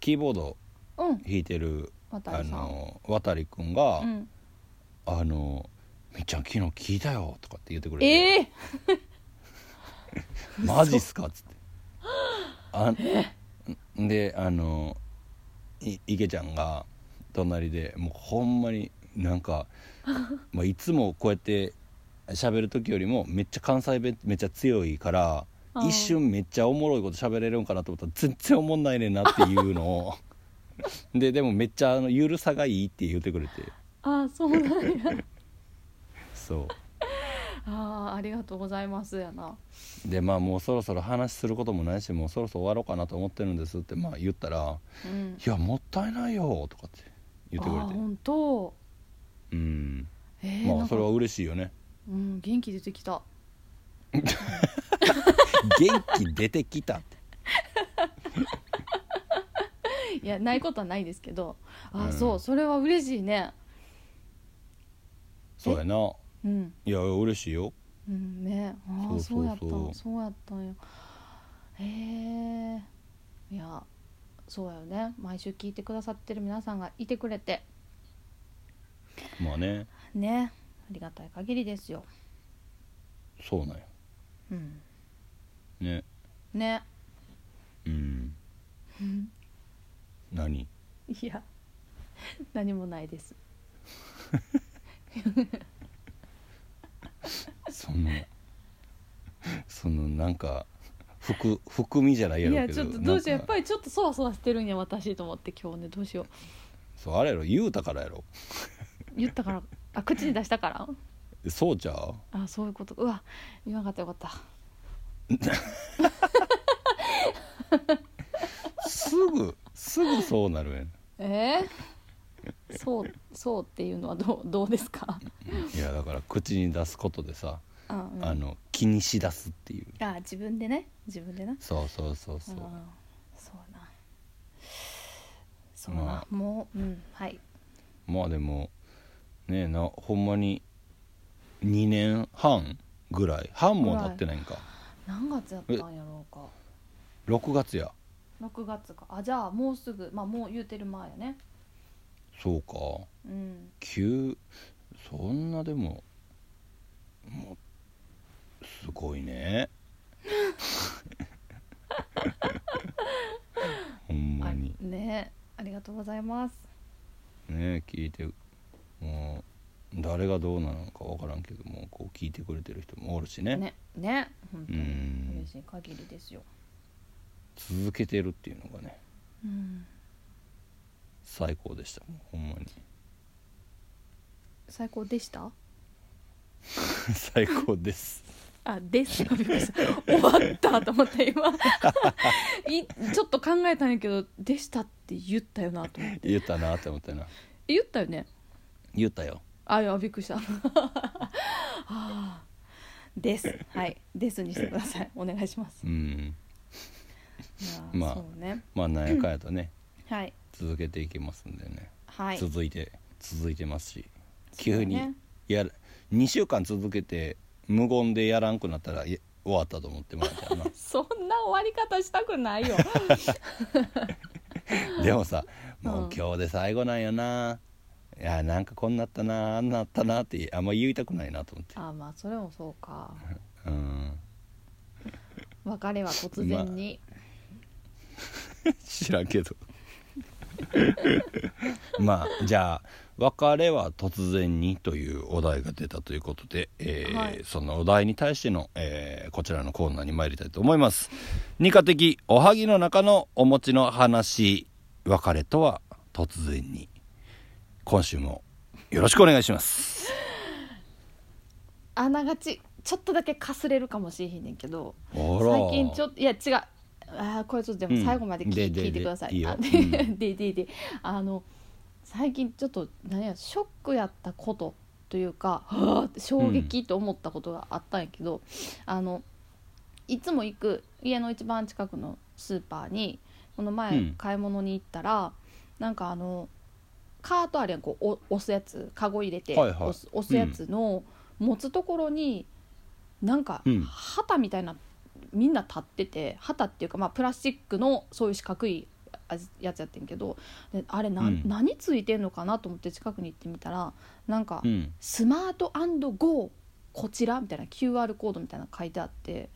キーボードうん弾いてる渡あさん、のー渡利君が「うん、あのーみっちゃん昨日聞いたよ」とかって言ってくれてええ「マジっすか」っつってあんであのーい池ちゃんが隣でもうほんまになんかまあいつもこうやって喋る時よりもめっちゃ関西弁めっちゃ強いからあー一瞬めっちゃおもろいこと喋れるんかなと思ったら全然おもんないねんなっていうのをででもめっちゃあのゆるさがいいって言ってくれてあそうなんや そあーありがとうございますやなうでまあもうそろそろ話することもないしもうそろそろ終わろうかなと思ってるんですってまあ言ったら「うんいやもったいないよ」とかって言ってくれあて本当うんえー、まなあんかそれは嬉しいよねうん元気出てきた元気出てきたって いやないことはないですけどあー、うんそうそれは嬉しいねそうやなうんいや嬉しいようんねああそそそううやうっそたうんそうやったんやへえいやそうやよね毎週聞いてくださってる皆さんがいてくれてまあねねありがたい限りですよそうなんようんねねうん何いや何もないですその そのなんか含含みじゃないいやろうやけちどょっとどうしようやなっんかぱりちょっとそわそわしてるんや私と思って今日ねどうしようそうあれやろ言うたからやろ言ったからあ口に出したからそうちゃうあそういうことうわ言わなかったよかったすぐすぐそうなるやんえー、そうそうっていうのはどうどうですかいやだから口に出すことでさ、あ,、うん、あの気にしだすっていうあ自分でね自分でなそうそうそうそううんそうなそうな、まもううんはいまあでもねえなほんまに2年半ぐらい半も経ってないんか何月やったんやろうか6月や6月かあじゃあもうすぐまあもう言うてる前やねそうかうん急そんなでももうすごい ねほんまあにねありがとうございますね聞いてもう誰がどうなのか分からんけどもこう聞いてくれてる人もおるしねねね本当うにん嬉しい限りですよ続けてるっていうのがねうん最高でしたほんまに 最高でした最高です あです あびっくりした終わったと思って今 いちょっと考えたんやけど「でした」って言ったよなと思って言ったなって思ったなえ言ったよね言ったよあいやびっくりした あーですはいですにしてくださいお願いしますうんいやーまあそうねまあなんやかんやとね、はい続けていきますんでね、はい続いて続いてますしそう急だにねやる2週間続けて無言でやらんくなったらい終わったと思ってもらったらそんな終わり方した くないよな でもさうんもう今日で最後なんよな、いやなんかこんなったなあんなったなってあんま言いたくないなと思ってあーまあそれもそうかうん 別れは突然に、知らんけど まあじゃあ「別れは突然に」というお題が出たということで、えーはいそのお題に対しての、えーこちらのコーナーに参りたいと思います。二課的おはぎの中のお餅の話別れとは突然に今週もよろしくお願いします。あながちちょっとだけかすれるかもしれへんねんけどあら最近ちょっといや違うあーこれちょっとでうんも最後まで聞,、でで聞いてくださいでいいよあで,、うん ででであの最近ちょっと何やショックやったことというかはあって衝撃と思ったことがあったんやけど、あのいつも行く家の一番近くのスーパーにこのう前ん買い物に行ったら、なんかあのカートあるやんこうお押すやつカゴ入れてはいはい押す,、押すやつの持つところに、なんかうん旗みたいなみんな立ってて旗っていうか、まあ、プラスチックのそういう四角いあやつやってんけどであれな、うん何ついてんのかなと思って近くに行ってみたらなんかうん「スマート &GO こちら」みたいな QR コードみたいなの書いてあって、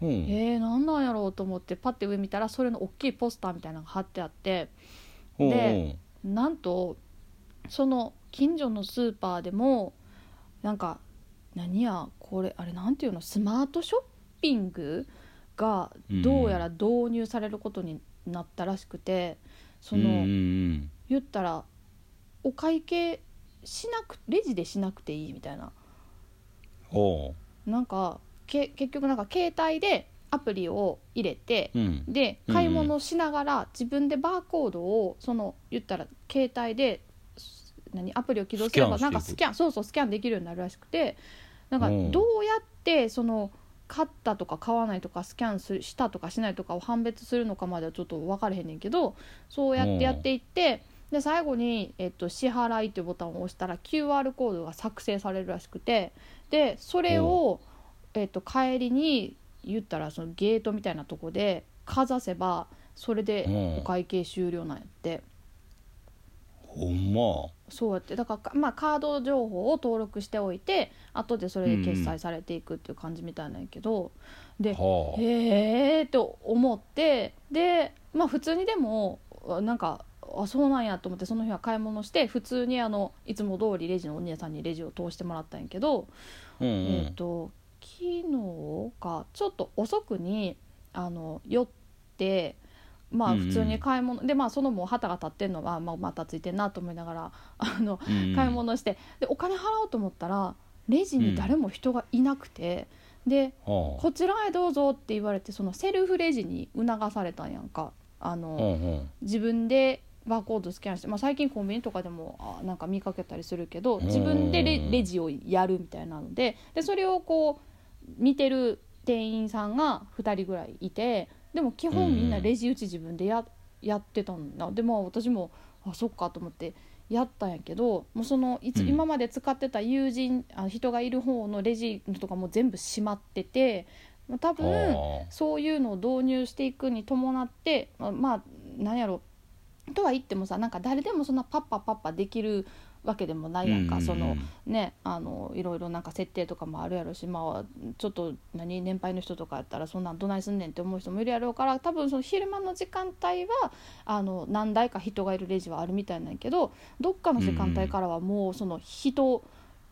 うんえー、何なんやろうと思ってパッて上見たらそれの大きいポスターみたいなのが貼ってあってほうでなんとその近所のスーパーでもなんか何やこれあれなんていうのスマートショッピングがどうやら導入されることになったらしくて、そうんうんのうん言ったらお会計しなくレジでしなくていいみたいなほなんかけ結局なんか携帯でアプリを入れてううんでうんうん買い物をしながら自分でバーコードをその言ったら携帯です何アプリを起動すればスキャなんンしていくかスキャンそうそうスキャンできるようになるらしくてなんかうんどうやってその買ったとか買わないとかスキャンするしたとかしないとかを判別するのかまではちょっと分からへんねんけどそうやってやっていってで最後に、えっと、支払いというボタンを押したら QR コードが作成されるらしくてでそれを、えっと、帰りに言ったらそのゲートみたいなとこでかざせばそれでうんお会計終了なんやって、ほんまそうやってだからか、まあ、カード情報を登録しておいて後でそれで決うんう済んされていくっていう感じみたいなんやけど、ではあへえと思ってでまあ普通にでもあなんかあそうなんやと思ってその日は買い物して普通にあのいつも通りレジのお姉さんにレジを通してもらったんやけど、うんうえっ、んと昨日かちょっと遅くにあの寄ってまあうんうん普通に買い物、でまあそのもう旗が立ってんのは、まあ、またついてんなと思いながら あのうん買い物してでお金払おうと思ったらレジに誰も人がいなくて、ではあこちらへどうぞって言われてそのセルフレジに促されたんやんかあうの、んうん自分でバーコードスキャンして、まあ、最近コンビニとかでもあなんか見かけたりするけど自分でレうんレジをやるみたいなのででそれをこう見てる店員さんが2人ぐらいいてでも基うんう本んみんなレジ打ち自分でややってたんだでまあ私もあそっかと思ってやったんやけどもうそのいつ、うん今まで使ってた友人あ人がいる方のレジとかも全部閉まっててまあ多分はあそういうのを導入していくに伴ってまあまあなんやろとは言ってもさなんか誰でもそんなパッパパッパできるわけでもないやんか、そのねあのいろいろなんか設定とかもあるやろし、まあ、ちょっと何年配の人とかやったらそんなんどないすんねんって思う人もいるやろうから多分その昼間の時間帯はあの何台か人がいるレジはあるみたいなんやけどどっかの時間帯からはもうその人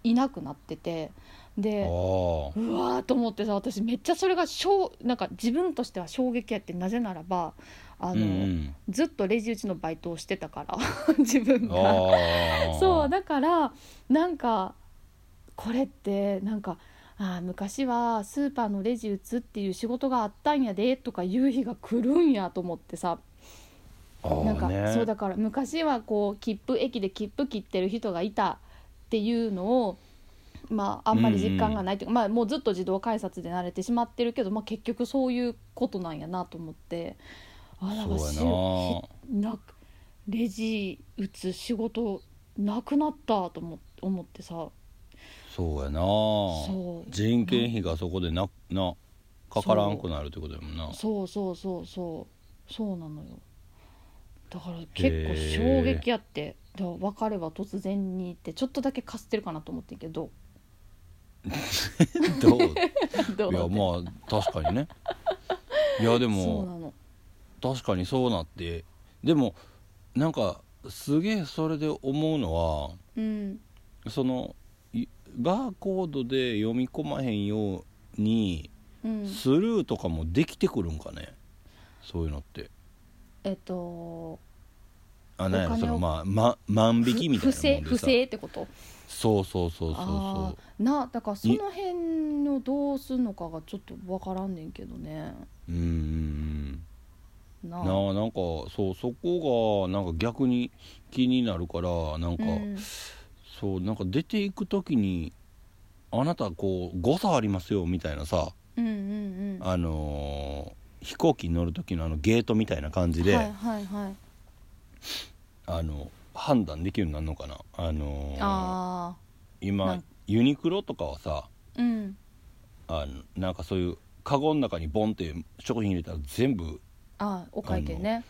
いなくなっててで。はうわーと思ってさ私めっちゃそれがしょうなんか自分としては衝撃やってなぜならばあの、うんずっとレジ打ちのバイトをしてたから 自分うん、がああそうだからなんかこれってなんかあー昔はスーパーのレジ打つっていう仕事があったんやでとかいう日が来るんやと思ってさなんかそうだから昔はこう切符駅で切符切ってる人がいたっていうのをまああんまり実感がないっていうか、まあもうずっと自動改札で慣れてしまってるけど、まあ、結局そういうことなんやなと思ってあなんかしそうなレジ打つ仕事なくなったと思思ってさそうやなそう人件費がそこでななかからんくなるってことやもんなそうそうそうそうそうなのよだから結構衝撃やってだから別れは突然にってちょっとだけかすってるかなと思ってんけどど ういどうやまあ確かにねいやでそうもなの確かにそうなってでもなんかすげえそれで思うのはうんそのいバーコードで読み込まへんようにうんスルーとかもできてくるんかね、そういうのってえっとあなんやろおそ金をのまあ、ま、万引きみたい不正なもん不でさ正ってことそうそうそうそうそああなだからその辺をどうすんのかがちょっと分からんねんけどねううんうんうんななあなんかそうそこがなんか逆に気になるからなんか、うんそうなんか出ていく時にあなたこう誤差ありますよみたいなさ、うんうんうんあのー飛行機に乗る時のあのゲートみたいな感じで、はいはいはいあの判断できるようになるのかなあのーあな今んユニクロとかはさあうんあのなんかそういうカゴの中にボンって食品入れたら全部ああお会計ね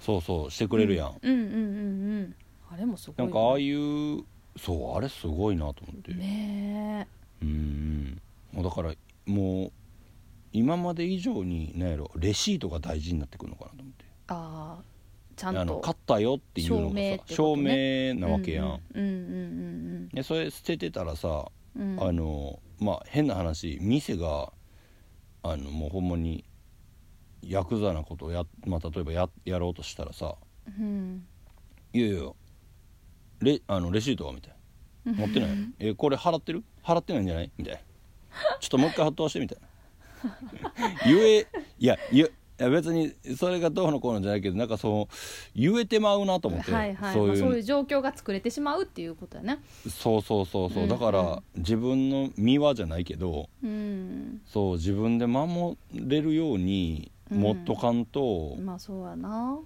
そうそうしてくれるやん、うんうんうんうんあれもすごないんかああいうそうあれすごいなと思って、ねうんうんもうだからもう今まで以上に何やろレシートが大事になってくるのかなと思ってえああちゃあんのと買ったよっていうのがさ証証明明,、ってなわけやん、うんうんでそれ捨ててたらさ、うんうんうんあのまあ変な話店があのもうほんまにヤクザなことをや、まあ、例えばややろうとしたらさうん「いやいやレあのレシートは?」みたいな「持ってないえこれ払ってる払ってないんじゃない?」みたいな「ちょっともう一回発動して」みたいな 言えいや言えいや別にそれがどうのこうのじゃないけどなんかその言えてまうなと思って、はいはいそうまあそいういうう状況が作れてしまうっていうことやねそうそうそうそう、だかうんうんら自分の身はじゃないけどうんそう自分で守れるようにうん持っとかんと、まあそうやな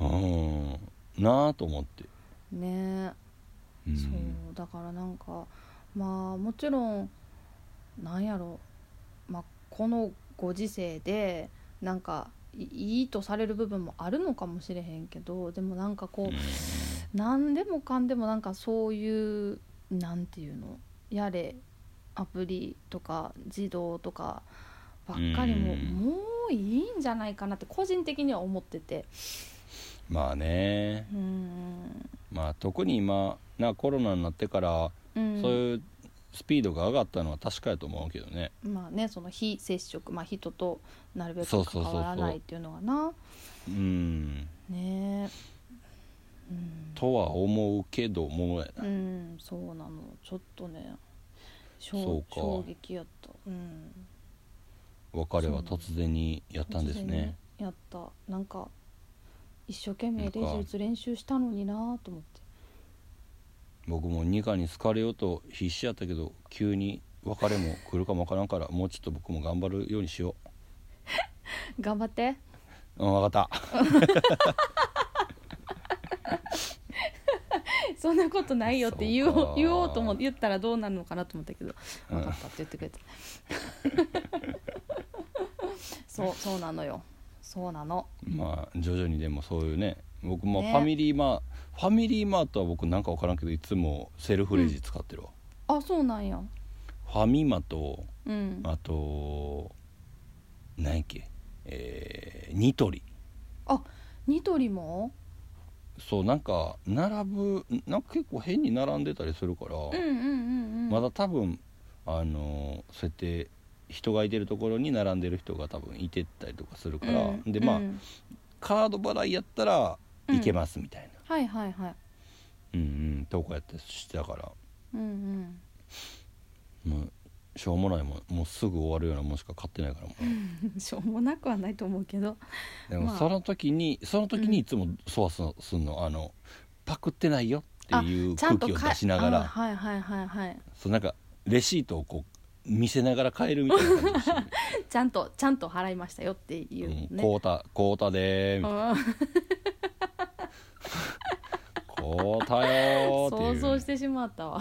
うん、なあと思って、ねうんそうだからなんかまあもちろんなんやろまあこのご時世でなんかいいいとされる部分もあるのかもしれへんけどでもなんかこう、何でもかんでもなんかそういうなんていうのやれアプリとか自動とかばっかりも、うんもういいんじゃないかなって個人的には思っててまあねうんまあ特に今なコロナになってから、うんそういうスピードが上がったのは確かやと思うけどねまあねその非接触、まあ、人となるべそくうそう関そうそうわらないっていうのがなうんねえうんとは思うけどもやな、うんそうなのちょっとねそう衝か衝撃やったうん別れは突然にやったんですね突然やったなんか一生懸命なレんかジ打つ練習したのになぁと思って僕もニカに好かれようと必死やったけど急に別れも来るかもわからんからもうちょっと僕も頑張るようにしよ頑張ってううん分かったそんなことないよって言そうおうか言おうと思って言ったらどうなるのかなと思ったけど「分かった」って言ってくれた そうそうなのよそうなのまあ徐々にでもそういうね僕もフねァミリーマー、ファミリーマートは僕なんか分からんけどいつもセルフレジ使ってるわ、あそうなんやファミマとうんあと何やっけえー、ニトリあニトリもそうなんか並ぶなんか結構変に並んでたりするから、うんうんうんうんまだ多分あのーそうやって人がいてるところに並んでる人が多分いてったりとかするから、うんでまあ、うんカード払いやったらうんいけますみたいな、はいはいはいうん、うんとかやってしてたからうんうんもうしょうもないもんもうすぐ終わるようなもんしか買ってないからもう しょうもなくはないと思うけどでもまあその時にその時にいつもそわそわするのあのパクってないよっていう空気をか出しながあらはいはいはいはいそうなんかレシートをこう見せながら買えるみたいな感じでしたねちゃんとちゃんと払いましたよっていううんね、こうたこうたでーみたいなうんこうたよーってい想う像してしまっ たわ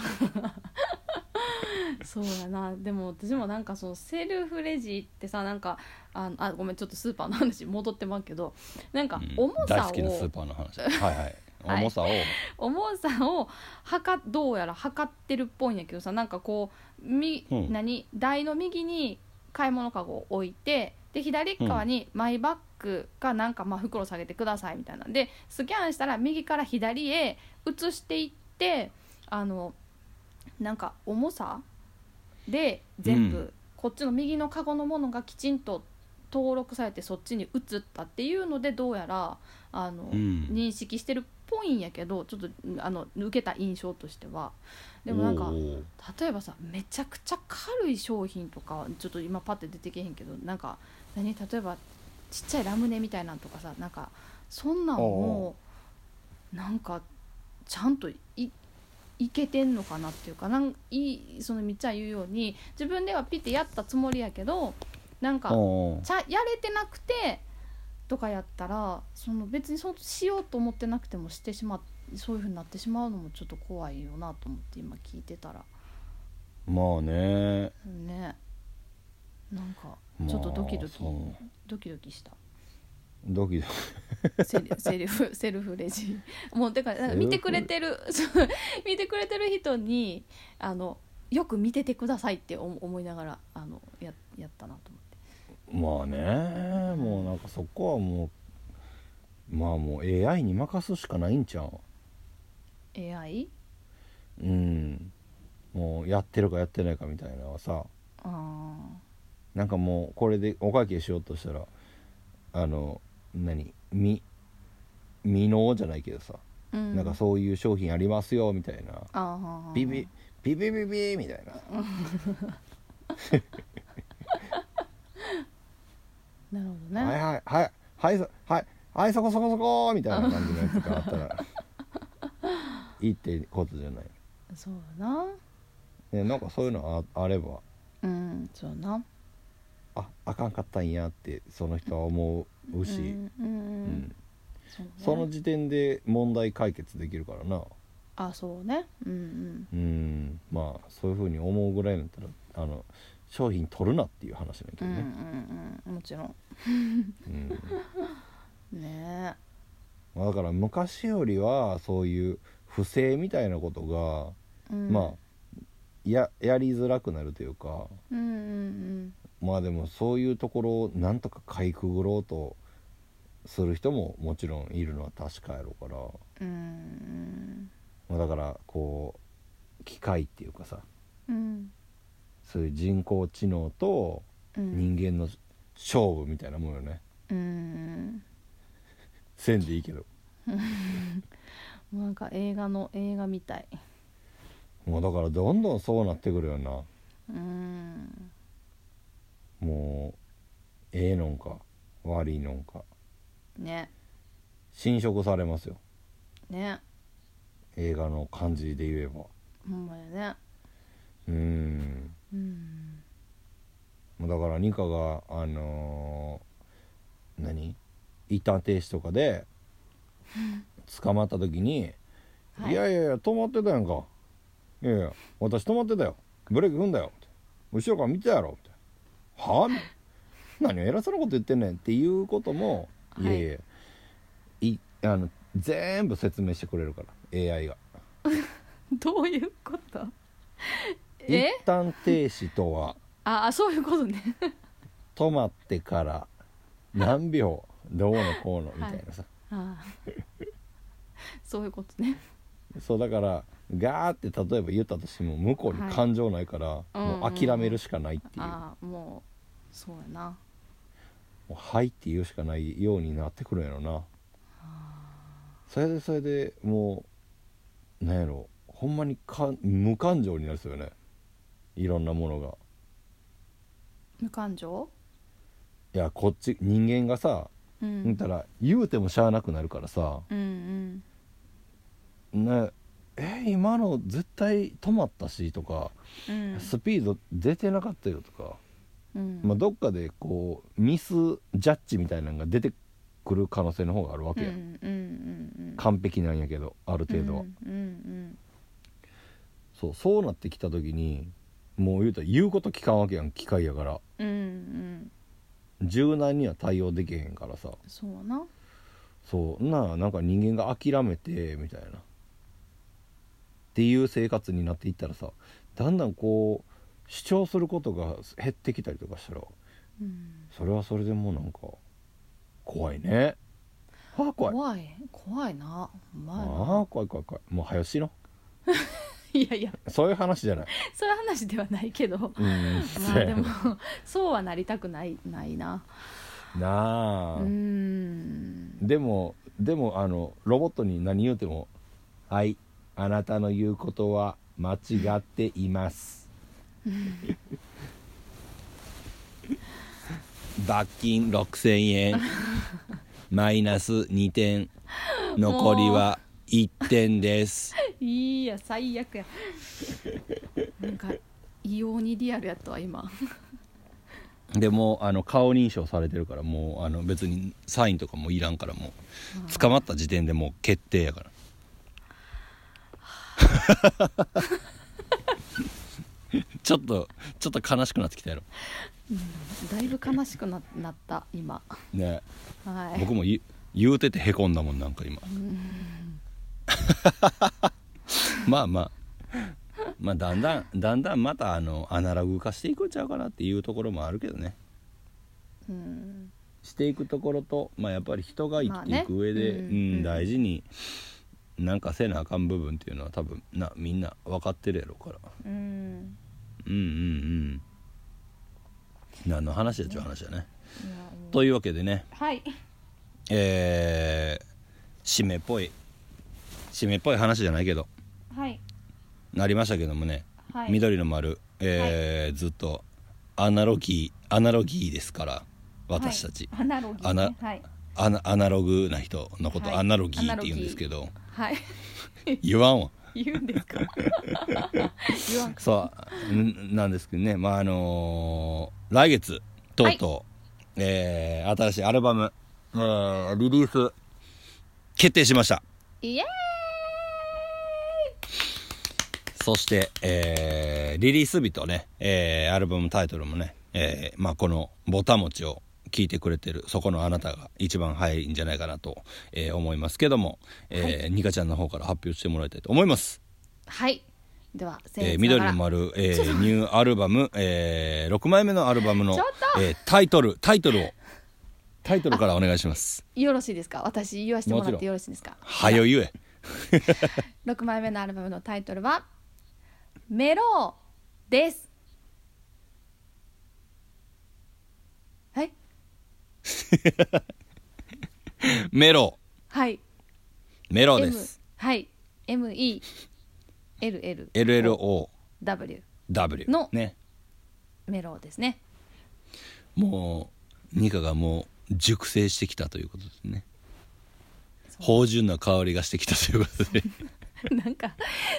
そうやなでも私もなんかそのセルフレジってさなんかああごめんちょっとスーパーの話戻ってまうけどなんかうん重大さ好きなスーを、パーの 話はいはいはい重さを、 重さを測どうやら測ってるっぽいんやけどさなんかこうみ、うん何台の右に買い物かごを置いてで左側にマイバッグかなんかまあ袋下げてくださいみたいなんでスキャンしたら右から左へ移していってあのなんか重さで全部、うんこっちの右のカゴのものがきちんと登録されてそっちに移ったっていうのでどうやらあの、うん認識してるっぽいんやけどちょっとあの受けた印象としてはでもなんかおー例えばさめちゃくちゃ軽い商品とかちょっと今パッて出てけへんけどなんか何例えばちっちゃいラムネみたいなんとかさなんかそんなんおもなんかちゃんといいけてんのかなっていうかなんいいそのみっちゃん言うように自分ではピッてやったつもりやけどなんかおーちゃやれてなくてとかやったらその別にそうしようと思ってなくてもしてしまっそういうふうになってしまうのもちょっと怖いよなと思って今聞いてたらまあねねなんかまあちょっとドキドキ、そうドキドキしたドキドキセル セルフセルフレジもうてかなんセルかフ見てくれてる そう見てくれてる人にあのよく見ててくださいって思思いながらあのややったなと思ってまあねもうなんかそこはもうまあもう AI に任すしかないんちゃう AI? うんもうやってるかやってないかみたいなのはさあなんかもうこれでお会計しようとしたらあの何み未納じゃないけどさ、ーうんなんかそういう商品ありますよみたいなあービビビビビビみたいななるほどね、はいはいはいはいそはいはいそこそこそこみたいな感じのやつがあった らいいってことじゃないそうやなね、なんかそういうのああればうんそうやなああかんかったんやってその人は思うし、うんうんううんんそうねその時点で問題解決できるからなあそうねうんうんまあそういうふうに思うぐらいだったらあの商品取るなっていう話なんだけうんうどんね、うんうんもちろんうんねまあだから昔よりはそういう不正みたいなことが、え、うん、まあややりづらくなるというかうんうんまあでもそういうところをなんとかかいくぐろうとする人ももちろんいるのは確かやろうから、うんうまんあ、だからこう機械っていうかさうんそういう人工知能とうん人間の勝負みたいなもんよね、うんせんでいいけどなんか映画の映画みたいもうだからどんどんそうなってくるよなうんもうええのんか悪いのんかね侵食されますよね映画の感じで言えばほんまやねうーんうんもうだからニカがあのー何一旦停止とかで捕まった時に「はいいやいやいや止まってたやんかいやいや私止まってたよブレーキ踏んだよ」後ろから見てたやろ」みたいなはあ?みたいな」何を偉そうなこと言ってんねん」っていうことも「はいいやいやいあの全部説明してくれるから AI が」 どういうこと一え旦停止とはああそういうことね止まってから何秒どうのこうのみたいなさ、あ ーそういうことねそうだからガーって例えば言ったとしても向こうに感情ないから、いうんうんもう諦めるしかないっていう、ああもうそうやなうはいって言うしかないようになってくるんやろなそれでそれでもうなんやろほんまにか無感情になるっすよねいろんなものが無感情いやこっち人間がさうん言ったら言うてもしゃあなくなるからさうんうんねえ今の絶対止まったしとかうんスピード出てなかったよとか、うんまあ、どっかでこうミスジャッジみたいなのが出てくる可能性の方があるわけや、うんうんうんうん完璧なんやけどある程度は、うんうんそうそうなってきた時にもう言うたら言うこと聞かんわけやん機械やからうんうんうん柔軟には対応できへんからさそうやなそうなあなんか人間が諦めてみたいなっていう生活になっていったらさだんだんこう主張することが減ってきたりとかしたらうんそれはそれでもうなんか怖いねああ怖い怖い怖いなお前ああ怖い怖い怖いもう早しのいやいやそういう話じゃないそういう話ではないけどうん まあでもそうはなりたくないないななあ、うーんでもでもあのロボットに何言うても「はいあなたの言うことは間違っています」罰金6000円マイナス2点残りは1点ですいいや 最悪やなんか異様にリアルやったわ今でもうあの顔認証されてるからもうあの別にサインとかもいらんからもう捕まった時点でもう決定やからちょっとちょっと悲しくなってきたやろだいぶ悲しくななった今ねはい僕も言う言うててへこんだもんなんか今 まあまあまあだんだんだんだんまたあのアナログ化していくんちゃうかなっていうところもあるけどねうんしていくところと、まあ、やっぱり人が生きていくまあね上で、うんうんうん大事になんかせなあかん部分っていうのは多分なみんな分かってるやろからうんうんうんうん何の話やっちゅう話だね。いやもうというわけでねはいえー、締めっぽい締めっぽい話じゃないけどはいなりましたけどもね、はい緑の丸、えーずっとアナロギーアナロギーですから私たち。はい、アナロギー、ね、はいアナアナログな人のこと、はいアナロギーって言うんですけどはい 言わんわ言うんですか言わんかそううんなんですけどねまああのー来月とうとう、えー新しいアルバム、えーリリース決定しましたイエーイそして、えーリリース日とね、えーアルバムタイトルもね、えーまあ、この「ぼたもち」を聞いてくれてるそこのあなたが一番早いんじゃないかなと、えー思いますけども、えーニカちゃんの方から発表してもらいたいと思いますはいではせえー緑の丸、えーニューアルバム、え6枚目のアルバムのちょっ、えータイトルタイトルをタイトルからお願いしますよろしいですか私言わせてもらっもちろてんよろしいですかはよゆえ6枚目のアルバムのタイトルは「メロー」ですはいメロはいメロ M ですはい MELLW LLOW のねメローですね もうニカがもう熟成してきたということですねそう芳醇な香りがしてきたということでなんか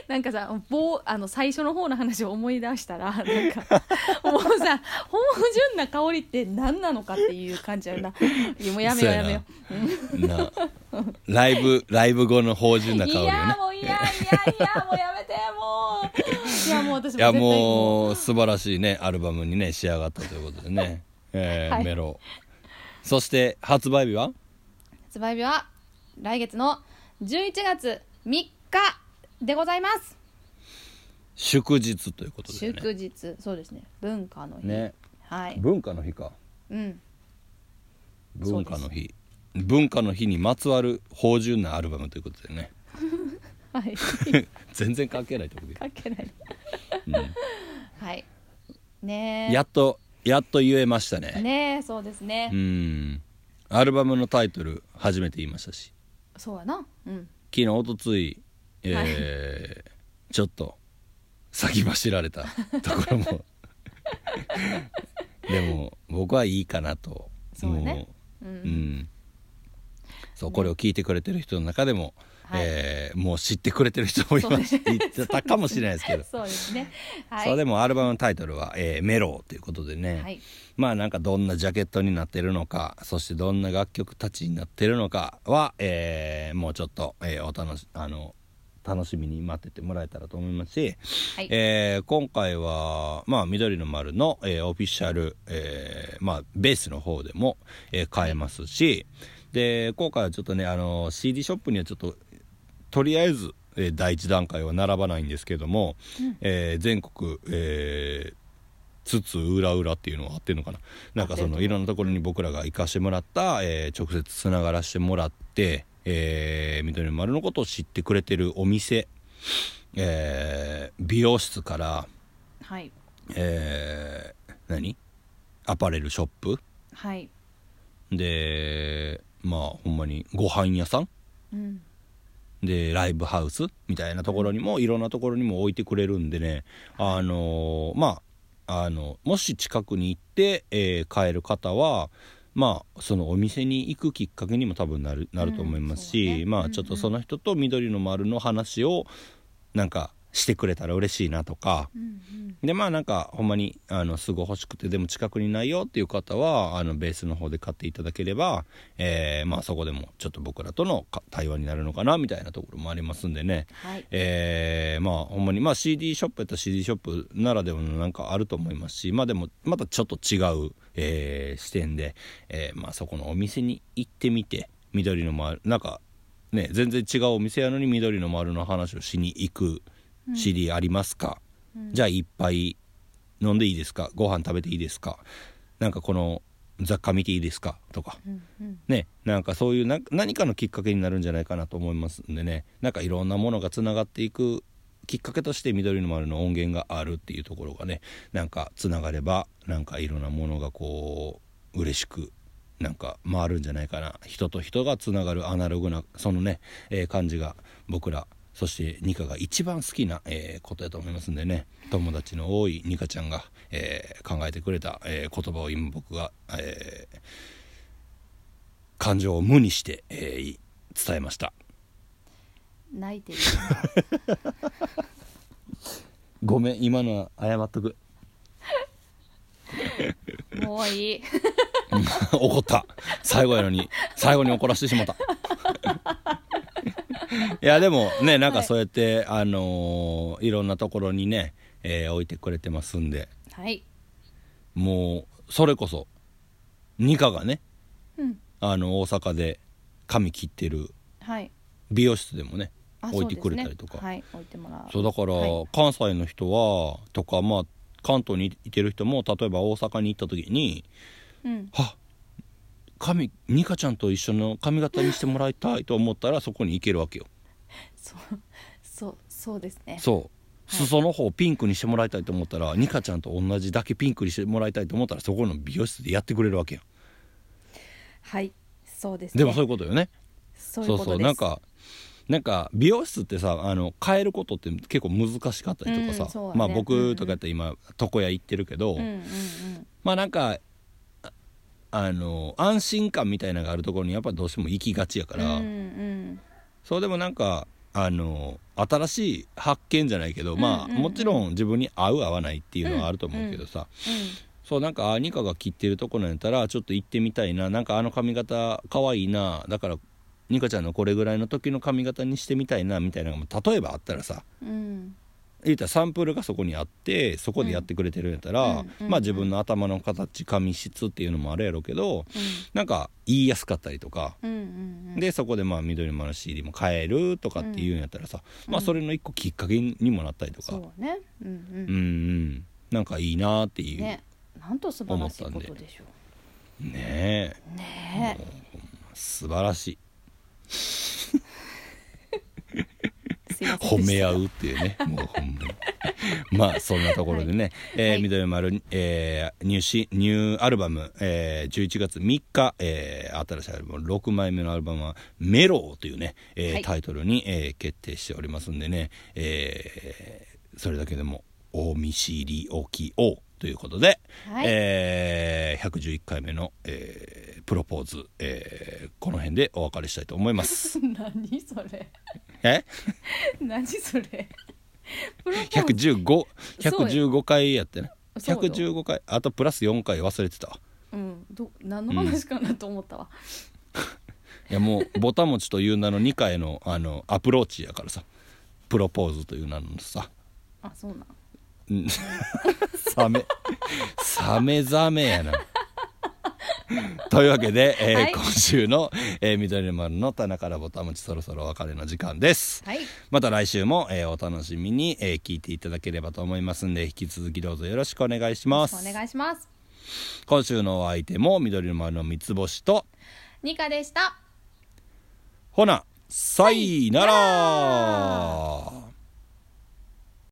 なんかさ棒あの最初の方の話を思い出したらな んかもうさ芳醇な香りって何なのかっていう感じやなもう やめようやめよなライブライブ後の芳醇うな香りいをねやもういやいやいやもうやめてもういやもう私も絶 い対やもう素晴らしいねアルバムにね仕上がったということで ね、えーはいメロそして発売日は発売日は来月の11月3日でございます、祝日ということでね祝日そうですね文化の日、ねはい文化の日かうん文化の日文化の日にまつわる芳醇なアルバムということで ねはい全然関係ないとこで、関係ないうんはいねえやっとやっと言えましたねねえそうですね、うんアルバムのタイトル初めて言いましたしそうやなうん昨日おとつい、えーちょっと先走られたところ もでも僕はいいかなとそうねうもんう、うん、そうこれを聞いてくれてる人の中でも、はいえーもう知ってくれてる人もいますそう言ってたかもしれないですけどそうです ね はそういでもアルバムのタイトルは「えーメロウ」ということでね、はいまあなんかどんなジャケットになってるのかそしてどんな楽曲たちになってるのかは、えーもうちょっと、えーお楽しあの楽しみに待っててもらえたらと思いますし、はいえー今回は、まあ、緑の丸の、えーオフィシャル、えーまあ、ベースの方でも、えー買えますしで今回はちょっとねあの CD ショップにはちょっととりあえず、えー第一段階は並ばないんですけども、えー全国、えー、つつ裏裏っていうのは合ってるのかななんかそ合っのてると思ういろんなところに僕らが行かしてもらった、えー直接つながらしてもらって、えー、緑の丸のことを知ってくれてるお店、えー美容室から、はいえー何アパレルショップはいでまあほんまにご飯屋さんうんでライブハウスみたいなところにもいろんなところにも置いてくれるんでねあのーまああのもし近くに行って、えー買える方はまあそのお店に行くきっかけにも多分なるなると思いますし、うんそうねまうんうあんちょっとその人と緑の丸の話をなんかしてくれたら嬉しいなとか。うんうんでまあなんかほんまにあのすぐ欲しくてでも近くにないよっていう方はあのベースの方で買っていただければ、えーまあ、そこでもちょっと僕らとのか対話になるのかなみたいなところもありますんでね、はいえーまあほんまに、まあ、CD ショップやったら CD ショップならではのなんかあると思いますしまあでもまたちょっと違う、えー視点で、えーまあ、そこのお店に行ってみて緑の丸なんかね全然違うお店やのに緑の丸の話をしに行く CD ありますか、じゃあ一杯飲んでいいですかご飯食べていいですかなんかこの雑貨見ていいですかとかうんうんね、なんかそういうな何かのきっかけになるんじゃないかなと思いますんでねなんかいろんなものがつながっていくきっかけとして緑の丸の音源があるっていうところがねなんかつながればなんかいろんなものがこう嬉しくなんか回るんじゃないかな人と人がつながるアナログなそのね、えー感じが僕らそしてニカが一番好きな、えーことだと思いますんでね友達の多いニカちゃんが、えー考えてくれた、えー言葉を今僕が、えー感情を無にして、えーい伝えました泣いてるごめん今のは謝っとくもういい 怒った最後やのに最後に怒らせてし まったいやでもねなんはかいそうやって、い、あのーいろんなところにね、えー置いてくれてますんではいもうそれこそニカがねうんあの大阪で髪切ってるはい美容室でもねあ置いてそくうれですねたりとかはい置いてもらうそうだから、はい関西の人はとかまあ関東にいてる人も例えば大阪に行った時にうん「は髪ニカちゃんと一緒の髪型にしてもらいたい」と思ったらそこに行けるわけよそうそうそうですねそう裾の方をピンクにしてもらいたいと思ったらニカちゃんと同じだけピンクにしてもらいたいと思ったらそこの美容室でやってくれるわけよはいそうですねでもそういうことよねそういそううこそとうですなんかなんか美容室ってさあの変えることって結構難しかったりとかさ、うんそうだねまあ僕とかやって今床屋行ってるけど、うんうんうんまあなんかああの安心感みたいなのがあるところにやっぱどうしても行きがちやから、うんうんそうでもなんかあの新しい発見じゃないけど、まあうんうんうんもちろん自分に合う合わないっていうのはあると思うけどさ、そうなんかあニカが切ってるとこなんやったらちょっと行ってみたいななんかあの髪型可愛いなだからニカちゃんのこれぐらいの時の髪型にしてみたいなみたいなのが例えばあったらさうんうん言うたらサンプルがそこにあってそこでやってくれてるんやったら、うんうんまあ自分の頭の形髪質っていうのもあるやろうけどなんか言いやすかったりとか、うんうんうんでそこでまあ緑の丸 CD も買えるとかっていうんやったらさ、うんまあそれの一個きっかけにもなったりとか、うん、そうねうんうんうんなんかいいなっていうねねなんと素晴らしい思こったとんででしょえうね素晴らしいえすいませんでした褒め合うっていうねもうほんまに まあそんなところでね、えーはい緑の丸、えー、ニューシニューアルバム、えー、11月3日、えー新しいアルバム6枚目のアルバムは「メロー」というね、えーはいタイトルに、えー決定しておりますんでね、えーそれだけでも「お見知りおきを」ということで、はいえー111回目の、えープロポーズ、えーこの辺でお別れしたいと思いま す。 何それえ何それプロポーズ115そう115回やってねそうよ115回あとプラス4回忘れてたわうんど何の話かなと思ったわ、いやも うぼたもちという名の2回のあのアプローチやからさプロポーズという名のさあそうなんうんサメサメザメやなというわけで、えーはい今週の、えー緑の丸の棚からぼたもちそろそろお別れの時間ですはいまた来週も、えーお楽しみに、えー聞いていただければと思いますんで引き続きどうぞよろしくお願いしますお願いします今週のお相手も緑の丸の三つ星とニカでしたほなさいなら、さいな